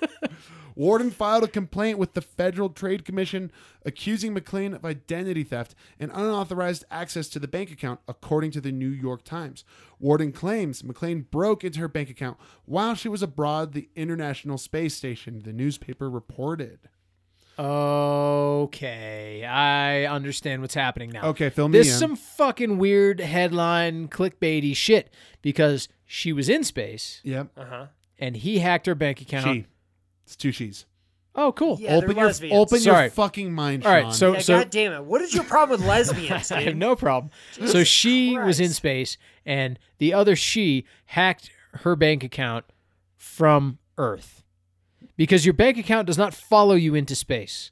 Speaker 4: <laughs> Warden filed a complaint with the Federal Trade Commission accusing McLean of identity theft and unauthorized access to the bank account, according to the New York Times. Warden claims McLean broke into her bank account while she was abroad the International Space Station, the newspaper reported.
Speaker 3: Okay, I understand what's happening now.
Speaker 4: Okay, fill me
Speaker 3: This
Speaker 4: in.
Speaker 3: is some fucking weird headline clickbaity shit because she was in space
Speaker 4: Yep.
Speaker 1: Uh huh.
Speaker 3: and he hacked her bank account.
Speaker 4: She. It's two she's.
Speaker 3: Oh, cool.
Speaker 1: Yeah,
Speaker 4: open
Speaker 1: they're
Speaker 4: your
Speaker 1: lesbians.
Speaker 4: open
Speaker 3: Sorry.
Speaker 4: your fucking mind,
Speaker 3: All
Speaker 4: Sean.
Speaker 3: right, so-
Speaker 1: yeah, God damn it! What is your problem with
Speaker 3: <laughs>
Speaker 1: lesbians?
Speaker 3: <laughs> I
Speaker 1: dude?
Speaker 3: have no problem. so she was in
Speaker 1: Christ.
Speaker 3: space, and the other she hacked her bank account from Earth because your bank account does not follow you into space.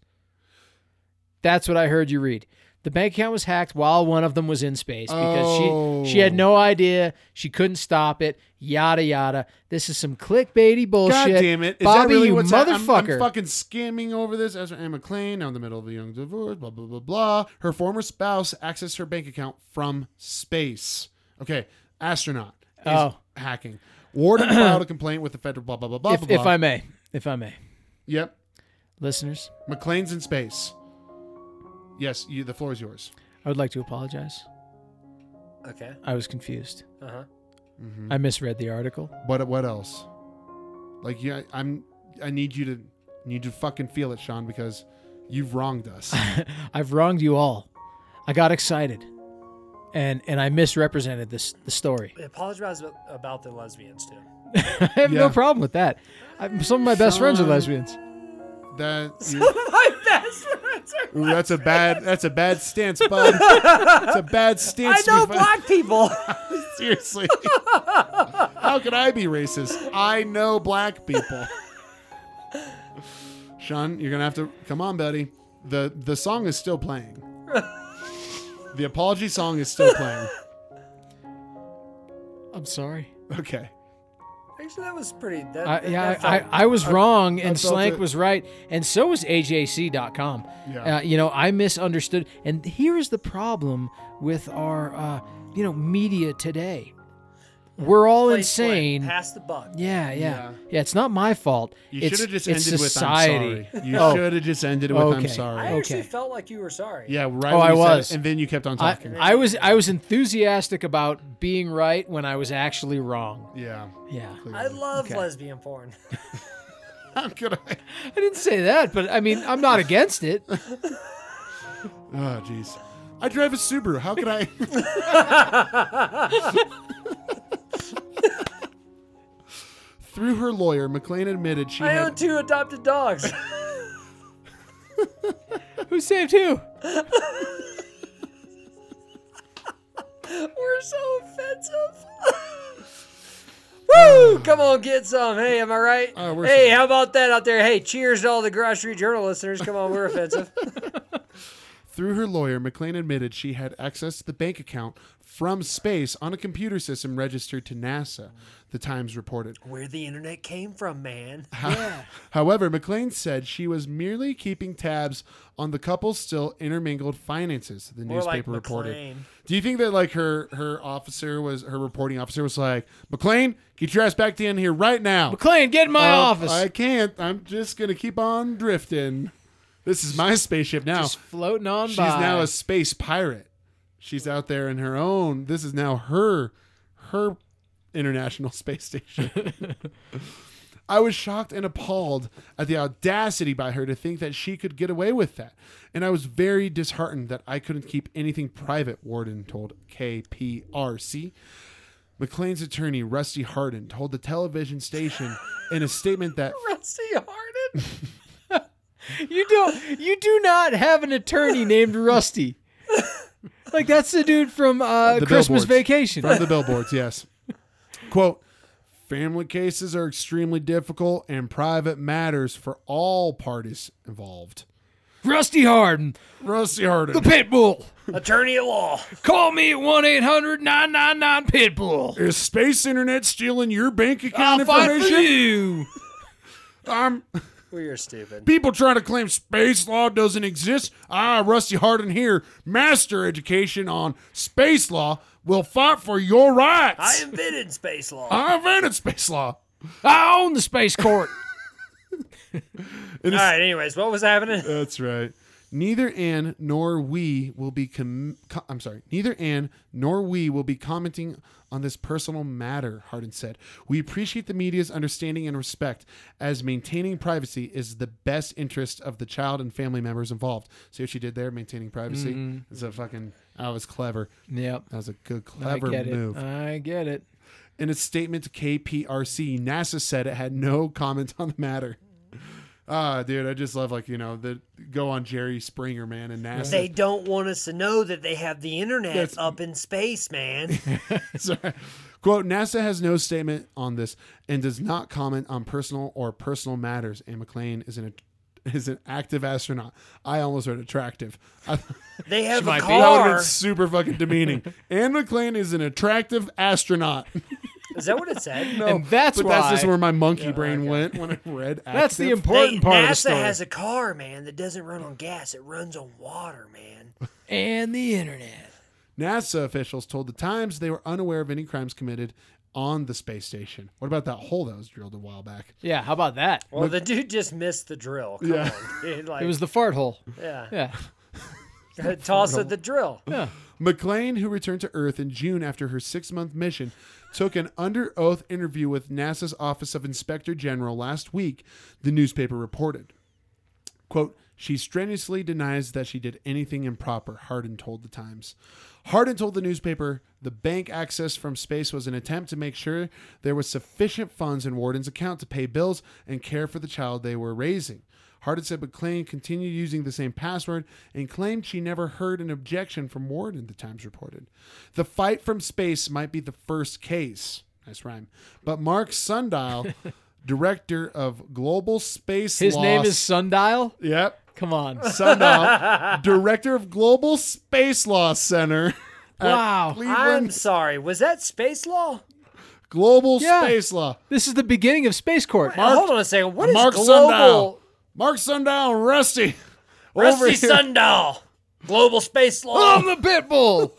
Speaker 3: That's what I heard you read. The bank account was hacked while one of them was in space because she she had
Speaker 4: Oh.
Speaker 3: no idea. She couldn't stop it. Yada yada. This is some clickbaity
Speaker 4: God
Speaker 3: bullshit.
Speaker 4: damn it, Is
Speaker 3: Bobby,
Speaker 4: that really
Speaker 3: you
Speaker 4: what's hap- I'm- I'm,
Speaker 3: motherfucker!
Speaker 4: fucking skimming over this. Ezra Ann McLean, now in the middle of a young divorce, blah blah blah blah. Her former spouse accessed her bank account from space. Okay, astronaut is
Speaker 3: Oh.
Speaker 4: hacking. Warden filed a complaint with the federal blah blah blah blah
Speaker 3: if,
Speaker 4: blah.
Speaker 3: if
Speaker 4: blah.
Speaker 3: I may, if I may,
Speaker 4: yep,
Speaker 3: listeners,
Speaker 4: McLean's in space. Yes, you, the floor is yours.
Speaker 3: I would like to apologize.
Speaker 1: Okay.
Speaker 3: I was confused.
Speaker 1: Uh huh.
Speaker 3: I misread the article.
Speaker 4: What what else? Like yeah, I'm. I need you to need you to fucking feel it, Sean, because you've wronged
Speaker 3: <laughs>
Speaker 4: us.
Speaker 3: I've wronged you all. I got excited, and and I misrepresented this the story. <laughs>
Speaker 1: Apologize ab- about the lesbians too. <laughs>
Speaker 3: I have no
Speaker 4: Yeah.
Speaker 3: problem with that. I, some of my best friends are
Speaker 4: Sean.
Speaker 3: lesbians.
Speaker 4: that you-
Speaker 1: My best friends are.
Speaker 4: Ooh, that's a bad. That's a bad stance, bud. It's a
Speaker 1: I
Speaker 4: bad stance.
Speaker 1: know
Speaker 4: we fi-
Speaker 1: black people.
Speaker 3: <laughs>
Speaker 4: Seriously, how could I be racist? I know black people. Sean, you're gonna have to come on, buddy. the The song is still playing. The apology song is still playing.
Speaker 3: I'm sorry.
Speaker 4: Okay.
Speaker 1: Actually, that was pretty. That,
Speaker 3: I,
Speaker 1: that-
Speaker 3: yeah,
Speaker 1: that
Speaker 3: I,
Speaker 1: felt-
Speaker 3: I, I was wrong, and
Speaker 4: felt
Speaker 3: Slank
Speaker 4: it.
Speaker 3: was right, and so was AJC.com.
Speaker 4: Yeah.
Speaker 3: Uh, you know, I misunderstood, and here is the problem with our, uh, you know, media today. We're all
Speaker 1: play square,
Speaker 3: insane.
Speaker 1: Pass the buck.
Speaker 3: Yeah, yeah,
Speaker 4: Yeah.
Speaker 3: yeah, It's not my fault.
Speaker 4: You
Speaker 3: It's-
Speaker 4: should have just
Speaker 3: it's
Speaker 4: ended
Speaker 3: society.
Speaker 4: with "I'm sorry." You
Speaker 3: Oh.
Speaker 4: should have just ended with "I'm
Speaker 3: Okay.
Speaker 1: I
Speaker 4: sorry."
Speaker 3: Okay.
Speaker 1: actually felt like you were sorry.
Speaker 4: Yeah, right.
Speaker 3: Oh,
Speaker 4: when
Speaker 3: I
Speaker 4: you said it,
Speaker 3: was.
Speaker 4: and then you kept on
Speaker 3: I,
Speaker 4: talking.
Speaker 3: I was I was enthusiastic about being right when I was actually wrong.
Speaker 4: yeah.
Speaker 3: Yeah,
Speaker 1: I love
Speaker 3: Okay.
Speaker 1: lesbian porn.
Speaker 4: How could I?
Speaker 3: I
Speaker 4: <laughs>
Speaker 3: didn't say that, but I mean I'm not against it.
Speaker 4: Oh, jeez. I drive a Subaru. How could I? Through her lawyer, McLean admitted she
Speaker 1: I
Speaker 4: had
Speaker 1: own two adopted dogs. <laughs>
Speaker 3: Who saved who?
Speaker 1: We're so <laughs> offensive. Woo! Come on, get some. Hey, am I right?
Speaker 4: Uh, we're
Speaker 1: hey, how about that out there? Hey, cheers to all the grocery journal listeners. Come on, we're offensive. <laughs>
Speaker 4: Through her lawyer, McLean admitted she had access to the bank account from space on a computer system registered to NASA, the Times reported.
Speaker 1: Where the internet came from,
Speaker 4: <laughs>
Speaker 1: man.
Speaker 4: However, McLean said she was merely keeping tabs on the couple's still intermingled finances, the
Speaker 1: More like
Speaker 4: newspaper reported.
Speaker 1: McLean.
Speaker 4: Do you think that like her her officer was her reporting officer was like, McLean, get your ass back in here right now.
Speaker 3: McLean, get in my
Speaker 4: "Uh,
Speaker 3: office.
Speaker 4: I can't. I'm just gonna keep on drifting. This is my spaceship now.
Speaker 3: Just floating on
Speaker 4: She's
Speaker 3: by. <laughs>
Speaker 4: now a space pirate. She's out there in her own. This is now her her international <laughs> space station. I was shocked and appalled at the audacity by her to think that she could get away with that. And I was very disheartened that I couldn't keep anything private, Warden told KPRC. McLean's attorney, Rusty Hardin, told the television station in a statement that
Speaker 1: Rusty Harden.
Speaker 3: <laughs> you don't. You do not have an attorney named
Speaker 4: <laughs>
Speaker 3: Rusty. like that's the dude from uh,
Speaker 4: The
Speaker 3: Christmas
Speaker 4: billboards.
Speaker 3: Vacation.
Speaker 4: From the billboards, yes. Quote Family cases are extremely difficult and private matters for all parties involved.
Speaker 3: Rusty Harden,
Speaker 4: Rusty Harden.
Speaker 3: the Pitbull.
Speaker 1: Attorney at law. <laughs>
Speaker 3: Call me at one 999 Pitbull.
Speaker 4: is space internet stealing your bank account
Speaker 3: I'll fight for
Speaker 4: information?
Speaker 3: you.
Speaker 4: I'm
Speaker 1: We are
Speaker 4: <laughs>
Speaker 1: stupid.
Speaker 4: people trying to claim space law doesn't exist. I, Rusty Harden here, master education on space law, will fight for your rights.
Speaker 1: I invented space law. All
Speaker 4: I invented space law.
Speaker 3: I own the space court. <laughs>
Speaker 1: right, anyways, what was happening?
Speaker 4: That's right. Neither Anne nor we will be com- co- I'm sorry. Neither Anne nor we will be commenting on this personal matter, Hardin said. We appreciate the media's understanding and respect as maintaining privacy is the best interest of the child and family members involved. See what she did there, maintaining privacy?
Speaker 3: Mm-hmm.
Speaker 4: It's a fucking I was clever.
Speaker 3: yep.
Speaker 4: That was a good
Speaker 3: I
Speaker 4: clever
Speaker 3: get
Speaker 4: move.
Speaker 3: it. I get it.
Speaker 4: In its statement to KPRC, NASA said it had no comment on the matter. Ah, dude, I just love like you know the go on Jerry Springer man and NASA.
Speaker 1: They don't want us to know that they have the internet
Speaker 4: That's-
Speaker 1: up in space,
Speaker 3: <laughs>
Speaker 1: man.
Speaker 4: Sorry. Quote, NASA has no statement on this and does not comment on personal or personal matters. And McLean is an is an active astronaut. I almost read attractive. I,
Speaker 3: <laughs>
Speaker 1: They have a
Speaker 3: might be.
Speaker 4: that would have
Speaker 1: car.
Speaker 4: been super fucking demeaning. Anne McLean is an attractive astronaut.
Speaker 1: Is that what it said?
Speaker 4: No,
Speaker 3: And that's
Speaker 4: but that's
Speaker 3: why-
Speaker 4: just where my monkey brain went when I read. Active.
Speaker 3: That's the
Speaker 1: They,
Speaker 3: important part of the
Speaker 1: NASA
Speaker 3: story.
Speaker 1: has a car, man, that doesn't run on gas. It runs on water, man.
Speaker 3: and the internet.
Speaker 4: NASA officials told the Times they were unaware of any crimes committed on the space station. What about that hole that was drilled a while back?
Speaker 3: Yeah. How about that?
Speaker 1: Well, the dude just missed the drill. <laughs> Come
Speaker 4: Yeah.
Speaker 1: on,
Speaker 4: <laughs>
Speaker 1: dude. Like,
Speaker 3: It was the fart hole. <laughs>
Speaker 1: yeah. <laughs>
Speaker 3: Yeah.
Speaker 1: Toss of the drill.
Speaker 4: McLean, who returned to Earth in June after her six month mission, took an under oath interview with NASA's Office of Inspector General last week, the newspaper reported. Quote, she strenuously denies that she did anything improper, Hardin told the Times. Hardin told the newspaper the bank access from space was an attempt to make sure there was sufficient funds in Warden's account to pay bills and care for the child they were raising. Hardin said McLean continued using the same password and claimed she never heard an objection from Warden, the Times reported. The fight from space might be the first case. Nice rhyme. But Mark Sundial, <laughs> director of Global Space
Speaker 3: His name
Speaker 4: Law-
Speaker 3: is Sundial.
Speaker 4: Yep.
Speaker 3: Come on.
Speaker 1: <laughs>
Speaker 4: Sundial, director of Global Space Law Center. at
Speaker 3: Wow.
Speaker 1: I'm
Speaker 4: Cleveland
Speaker 1: sorry. Was that space law?
Speaker 4: Global
Speaker 3: Yeah.
Speaker 4: Space Law.
Speaker 3: This is the beginning of Space Court.
Speaker 1: Now, hold on a second. What is
Speaker 4: Mark
Speaker 1: global?
Speaker 4: Sundial. Mark Sundial and Rusty. over
Speaker 1: Rusty
Speaker 4: here.
Speaker 1: Sundial. Global space law.
Speaker 3: <laughs> I'm the pit bull.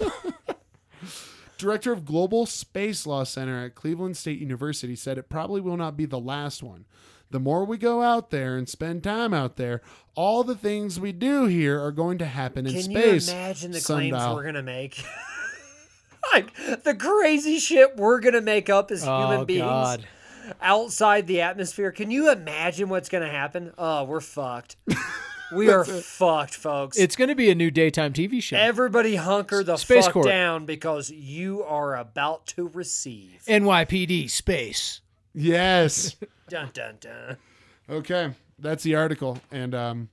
Speaker 4: Director of Global Space Law Center at Cleveland State University said it probably will not be the last one. The more we go out there and spend time out there, all the things we do here are going to happen in
Speaker 1: Can
Speaker 4: space.
Speaker 1: you imagine the
Speaker 4: Sundial.
Speaker 1: claims we're gonna make? <laughs> like the crazy shit we're gonna make up as human
Speaker 3: <laughs> Oh
Speaker 1: beings
Speaker 3: God.
Speaker 1: outside the atmosphere. Can you imagine what's gonna happen? Oh, we're fucked. We are fucked, folks.
Speaker 3: It's going to be a new daytime TV show.
Speaker 1: Everybody hunker the
Speaker 3: Space
Speaker 1: fuck
Speaker 3: Corps.
Speaker 1: down because you are about to receive.
Speaker 3: NYPD space.
Speaker 4: Yes.
Speaker 1: Dun dun dun.
Speaker 4: Okay, that's the article, and um,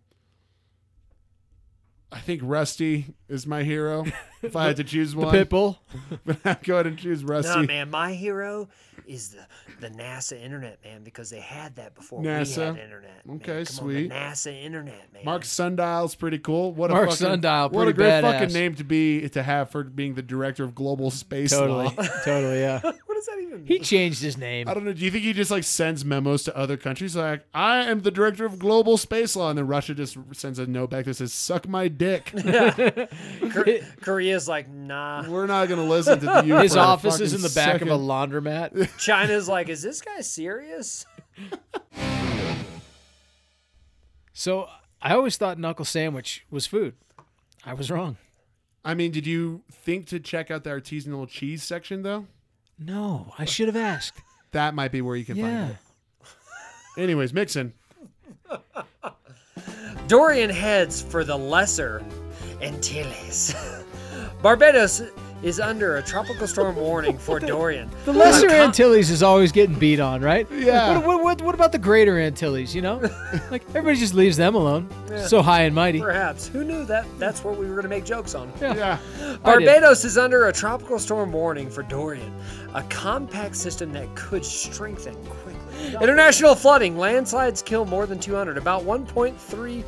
Speaker 4: I think Rusty is my
Speaker 1: <laughs>
Speaker 4: hero. If I had to choose one, <laughs>
Speaker 3: Pitbull.
Speaker 4: but I'm going to choose Rusty.
Speaker 1: Nah, man, my hero is the the NASA internet man because they had that before we
Speaker 4: NASA.
Speaker 1: had internet. man.
Speaker 4: Okay,
Speaker 1: Come on, the
Speaker 4: sweet.
Speaker 1: NASA internet man.
Speaker 4: Mark Sundial's pretty cool. What
Speaker 3: Mark
Speaker 4: a fucking,
Speaker 3: Sundial,
Speaker 4: What
Speaker 3: pretty
Speaker 4: a great
Speaker 3: badass.
Speaker 4: fucking name to be to have for being the director of global space
Speaker 3: Totally.
Speaker 4: law.
Speaker 3: <laughs> totally, yeah.
Speaker 1: what does that even mean?
Speaker 3: He changed his name.
Speaker 4: I don't know. Do you think he just like sends memos to other countries like I am the director of global space law, and then Russia just sends a note back that says "suck
Speaker 1: <laughs>
Speaker 4: my dick."
Speaker 3: <laughs>
Speaker 1: Kor- Korea's like nah.
Speaker 4: We're not gonna listen to you.
Speaker 3: His
Speaker 4: for a
Speaker 3: office is
Speaker 4: fucking
Speaker 3: in the back
Speaker 4: second.
Speaker 3: of a
Speaker 4: <laughs>
Speaker 3: laundromat.
Speaker 1: China's like, is this guy serious?
Speaker 3: So I always thought knuckle sandwich was food. I was wrong.
Speaker 4: I mean, did you think to check out the artisanal cheese section though?
Speaker 3: No, I should have asked.
Speaker 4: That might be where you can
Speaker 3: Yeah.
Speaker 4: find it. Anyways, Mixon.
Speaker 1: Dorian heads for the Lesser Antilles. <laughs> Barbados is under a tropical storm warning
Speaker 3: <laughs>
Speaker 1: for Dorian. Uh,
Speaker 3: The Lesser Antilles is always getting beat on, right?
Speaker 4: Yeah.
Speaker 3: What, what, what, what about the Greater Antilles, you
Speaker 4: <laughs>
Speaker 3: know? like, everybody just leaves them alone. So high and mighty.
Speaker 1: Perhaps. Who knew that that's what we were going to make jokes on?
Speaker 4: Yeah.
Speaker 1: Barbados is under a tropical storm warning for Dorian, a compact system that could strengthen quickly. International flooding, landslides kill more than 200. About 1.3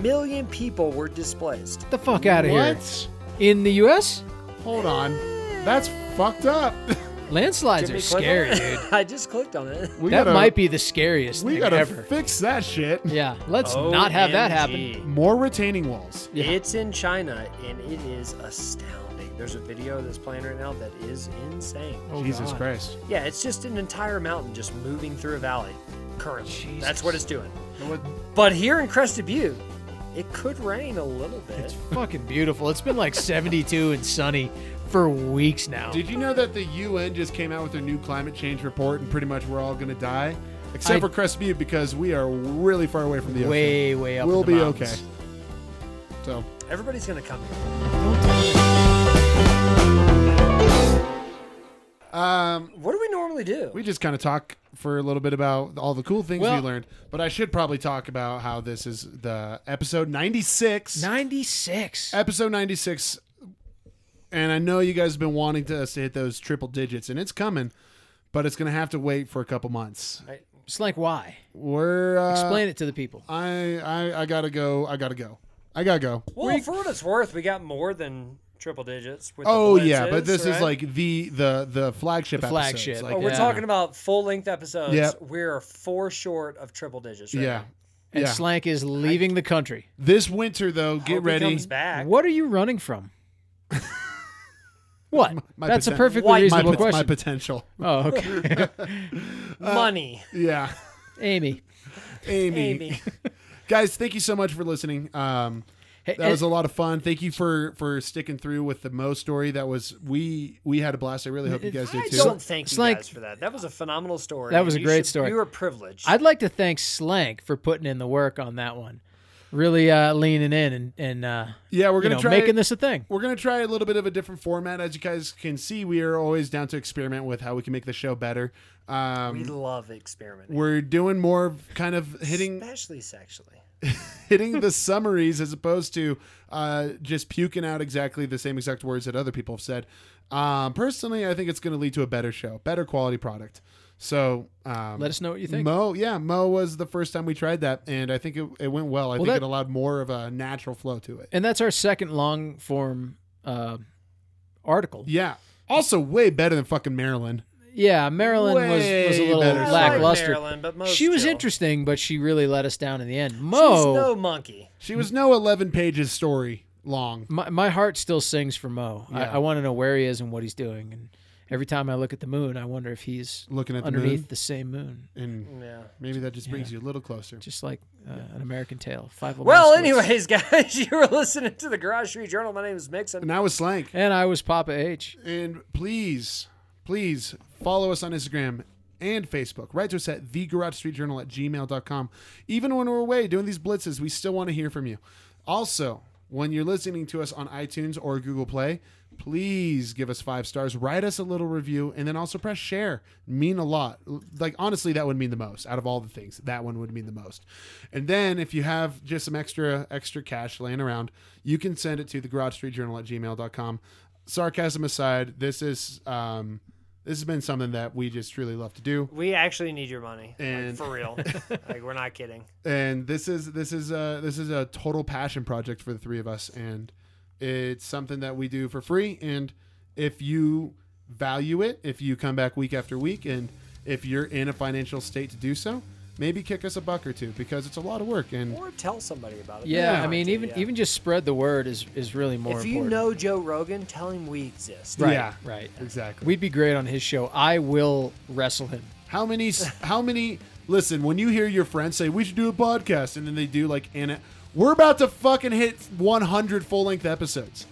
Speaker 1: million people were displaced.
Speaker 3: Get the fuck out of here.
Speaker 4: What?
Speaker 3: In the U.S.,
Speaker 4: Hold on. That's fucked up.
Speaker 3: landslides are
Speaker 1: Did we click
Speaker 3: <laughs>
Speaker 1: on
Speaker 3: scary,
Speaker 1: it? <laughs>
Speaker 3: dude.
Speaker 1: I just clicked on it.
Speaker 4: We
Speaker 3: that
Speaker 4: gotta,
Speaker 3: might be the scariest
Speaker 4: We
Speaker 3: thing
Speaker 4: gotta
Speaker 3: ever.
Speaker 4: fix that shit.
Speaker 3: yeah, let's not have that happen.
Speaker 1: OMG.
Speaker 4: More retaining walls.
Speaker 3: Yeah.
Speaker 1: It's in China and it is astounding. There's a video that's playing right now that is insane.
Speaker 4: Jesus
Speaker 3: Oh, God.
Speaker 4: Christ.
Speaker 1: Yeah, it's just an entire mountain just moving through a valley currently. That's what it's doing. But here in Crested Butte, it could rain a little bit.
Speaker 3: Fucking beautiful. It's been like 72 and sunny for weeks now.
Speaker 4: Did you know that the UN just came out with their new climate change report and pretty much we're all gonna die? Except
Speaker 3: I-
Speaker 4: for Crest Butte because we are really far away from the ocean.
Speaker 3: way, way up. in
Speaker 4: we'll
Speaker 3: the
Speaker 4: be
Speaker 3: mountains.
Speaker 4: okay. So
Speaker 1: Everybody's gonna come here.
Speaker 4: um
Speaker 1: What do we normally do?
Speaker 4: we just kind of talk for a little bit about all the cool things
Speaker 3: Well-
Speaker 4: we learned, but I should probably talk about how this is the episode 96.
Speaker 3: 96.
Speaker 4: episode 96 and i know you guys have been wanting to, us to hit those triple digits and it's coming but it's gonna have to wait for a couple months
Speaker 3: It's like, why?
Speaker 4: we're uh,
Speaker 3: Explain it to the people.
Speaker 4: I, I i gotta go i gotta go i gotta go
Speaker 1: well, for what it's worth, we got more than triple digits. With the
Speaker 4: oh yeah
Speaker 1: blitzes,
Speaker 4: but this is
Speaker 1: right?
Speaker 4: like the the the flagship
Speaker 3: The
Speaker 4: episodes.
Speaker 3: flagship.
Speaker 4: Like,
Speaker 1: Oh, we're
Speaker 3: yeah.
Speaker 1: talking about full length episodes.
Speaker 4: Yeah.
Speaker 1: We're four short of triple digits. Right
Speaker 4: yeah
Speaker 1: now.
Speaker 3: And
Speaker 4: yeah.
Speaker 3: Slank is leaving the country.
Speaker 4: this winter though get
Speaker 1: Hope he
Speaker 4: ready
Speaker 1: comes back.
Speaker 3: What are you running
Speaker 4: <laughs>
Speaker 3: from? what?
Speaker 4: my
Speaker 3: That's a
Speaker 4: poten-
Speaker 3: perfectly
Speaker 1: Why- my
Speaker 4: my,
Speaker 3: reasonable
Speaker 4: pot- my
Speaker 3: question.
Speaker 4: potential <laughs>
Speaker 3: oh, okay.
Speaker 1: Money,
Speaker 4: yeah
Speaker 3: Amy.
Speaker 1: maybe.
Speaker 4: guys thank you so much for listening um
Speaker 3: Hey,
Speaker 4: that was a lot of fun thank you for for sticking through with the mo story that was we we had a blast i really hope you guys did
Speaker 1: I
Speaker 4: too
Speaker 1: don't thank you
Speaker 3: Slank-
Speaker 1: guys for that. That was a phenomenal story.
Speaker 3: That was
Speaker 1: and
Speaker 3: a
Speaker 1: you
Speaker 3: great
Speaker 1: should-
Speaker 3: story.
Speaker 1: You were privileged.
Speaker 3: I'd like to thank Slank for putting in the work on that one. Really uh, leaning in and, and uh,
Speaker 4: yeah we're
Speaker 3: you
Speaker 4: gonna
Speaker 3: know,
Speaker 4: try
Speaker 3: making this a thing.
Speaker 4: we're gonna try a little bit of a different format as you guys can see we are always down to experiment with how we can make the show better
Speaker 1: we
Speaker 4: um
Speaker 1: love experimenting,
Speaker 4: we're doing more of kind of hitting
Speaker 1: especially sexually.
Speaker 4: hitting the summaries as opposed to uh, just puking out exactly the same exact words that other people have said. Um, personally, I think it's going to lead to a better show, better quality product. So um,
Speaker 3: Let us know what you think.
Speaker 4: Mo, yeah, Mo was the first time we tried that, and I think it, it went well. I think
Speaker 3: that-
Speaker 4: it allowed more of a natural flow to it.
Speaker 3: And that's our second long form uh, article.
Speaker 4: Yeah. Also, way better than fucking Maryland.
Speaker 3: Yeah, Marilyn was, was a
Speaker 4: Way
Speaker 3: little
Speaker 4: better.
Speaker 1: I like
Speaker 3: lackluster.
Speaker 1: Marilyn, but most
Speaker 3: she was
Speaker 1: chill.
Speaker 3: interesting, but she really let us down in the end.
Speaker 1: She's
Speaker 3: Mo,
Speaker 4: Oh.
Speaker 1: no monkey.
Speaker 4: She was no eleven pages story long.
Speaker 3: my, my heart still sings for Mo. I,
Speaker 4: Yeah.
Speaker 3: I want to know where he is and what he's doing. And every time I look at the moon, I wonder if he's
Speaker 4: Looking at the
Speaker 3: underneath
Speaker 4: moon?
Speaker 3: the same moon,
Speaker 4: And
Speaker 1: Yeah.
Speaker 4: maybe that just brings you a little closer.
Speaker 3: just like uh, an American Tale. Five Little
Speaker 1: Well,
Speaker 3: Mouse Woods.
Speaker 1: anyways, <laughs> guys, you were listening to the Garage Street Journal. My name is Mixon.
Speaker 4: And I was slank.
Speaker 3: And I was Papa H.
Speaker 4: And please, please follow us on Instagram and Facebook. Write to us at thegaragestreetjournal at gmail.com. Even when we're away doing these blitzes, we still want to hear from you. Also, when you're listening to us on iTunes or Google Play, please give us five stars, write us a little review, and then also press share. Mean a lot. Like honestly, that would mean the most out of all the things. That one would mean the most. And then if you have just some extra extra cash laying around, you can send it to the garage street journal at gmail.com. Sarcasm aside, this is um this has been something that we just truly love to do.
Speaker 1: We actually need your money, like,
Speaker 4: And-
Speaker 1: for <laughs> real. like we're not kidding.
Speaker 4: and this is this is a this is a total passion project for the three of us and it's something that we do for free and if you value it if you come back week after week and if you're in a financial state to do so maybe kick us a buck or two because it's a lot of work and
Speaker 1: Or tell somebody about it.
Speaker 3: Yeah,
Speaker 4: Yeah.
Speaker 3: I mean, even
Speaker 1: Yeah.
Speaker 3: even just spread the word is is really more
Speaker 1: if you
Speaker 3: important.
Speaker 1: know Joe Rogan, tell him we exist.
Speaker 3: right,
Speaker 4: Yeah.
Speaker 3: right,
Speaker 4: exactly
Speaker 3: we'd be great on his show. I will wrestle him.
Speaker 4: how many s- how many listen when you hear your friends say we should do a podcast and then they do like in it we're about to fucking hit 100 full-length episodes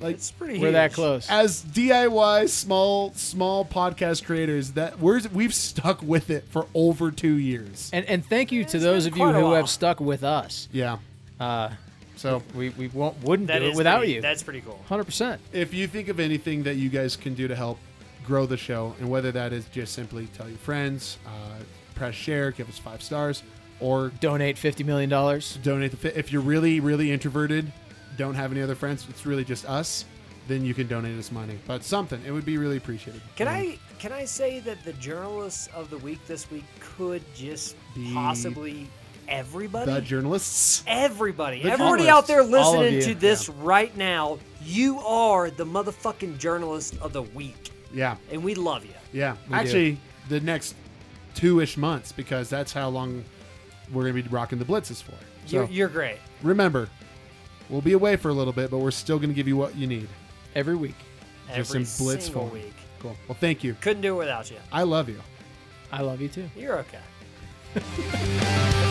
Speaker 4: like
Speaker 1: It's pretty.
Speaker 3: We're that
Speaker 1: huge.
Speaker 3: close.
Speaker 4: as DIY small small podcast creators that we're we've stuck with it for over two years.
Speaker 3: And and thank you to
Speaker 1: It's
Speaker 3: those
Speaker 1: been
Speaker 3: of you
Speaker 1: quite a
Speaker 3: who
Speaker 1: while.
Speaker 3: have stuck with us.
Speaker 4: Yeah.
Speaker 3: Uh,
Speaker 4: So
Speaker 3: we we won't wouldn't
Speaker 1: That
Speaker 3: do
Speaker 1: is
Speaker 3: it without
Speaker 1: pretty-
Speaker 3: you.
Speaker 1: That's pretty cool.
Speaker 3: Hundred percent.
Speaker 4: if you think of anything that you guys can do to help grow the show, and whether that is just simply tell your friends, uh, press share, give us five stars, or
Speaker 3: Donate fifty million dollars.
Speaker 4: donate the fi- if you're really really introverted, don't have any other friends, it's really just us. Then you can donate us money, but something it would be really appreciated.
Speaker 1: Can I can I say that the journalists of the week this week could just
Speaker 4: Be-
Speaker 1: possibly everybody?
Speaker 4: The journalists.
Speaker 1: everybody,
Speaker 4: The
Speaker 1: everybody
Speaker 4: journalists.
Speaker 1: out there
Speaker 3: All of
Speaker 1: listening to
Speaker 3: you.
Speaker 1: this right now, you are the motherfucking journalist of the week,
Speaker 4: Yeah.
Speaker 1: and we love you.
Speaker 4: Yeah,
Speaker 3: We do.
Speaker 4: actually, the next two-ish months because that's how long we're going to be rocking the blitzes for. So
Speaker 1: You're, you're great.
Speaker 4: remember, we'll be away for a little bit, but we're still going to give you what you need.
Speaker 3: every week.
Speaker 1: Every
Speaker 4: just in blitz
Speaker 1: single
Speaker 4: form.
Speaker 1: week.
Speaker 4: Cool. Well, thank you.
Speaker 1: Couldn't do it without you.
Speaker 4: I love you.
Speaker 3: I love you too.
Speaker 1: You're okay.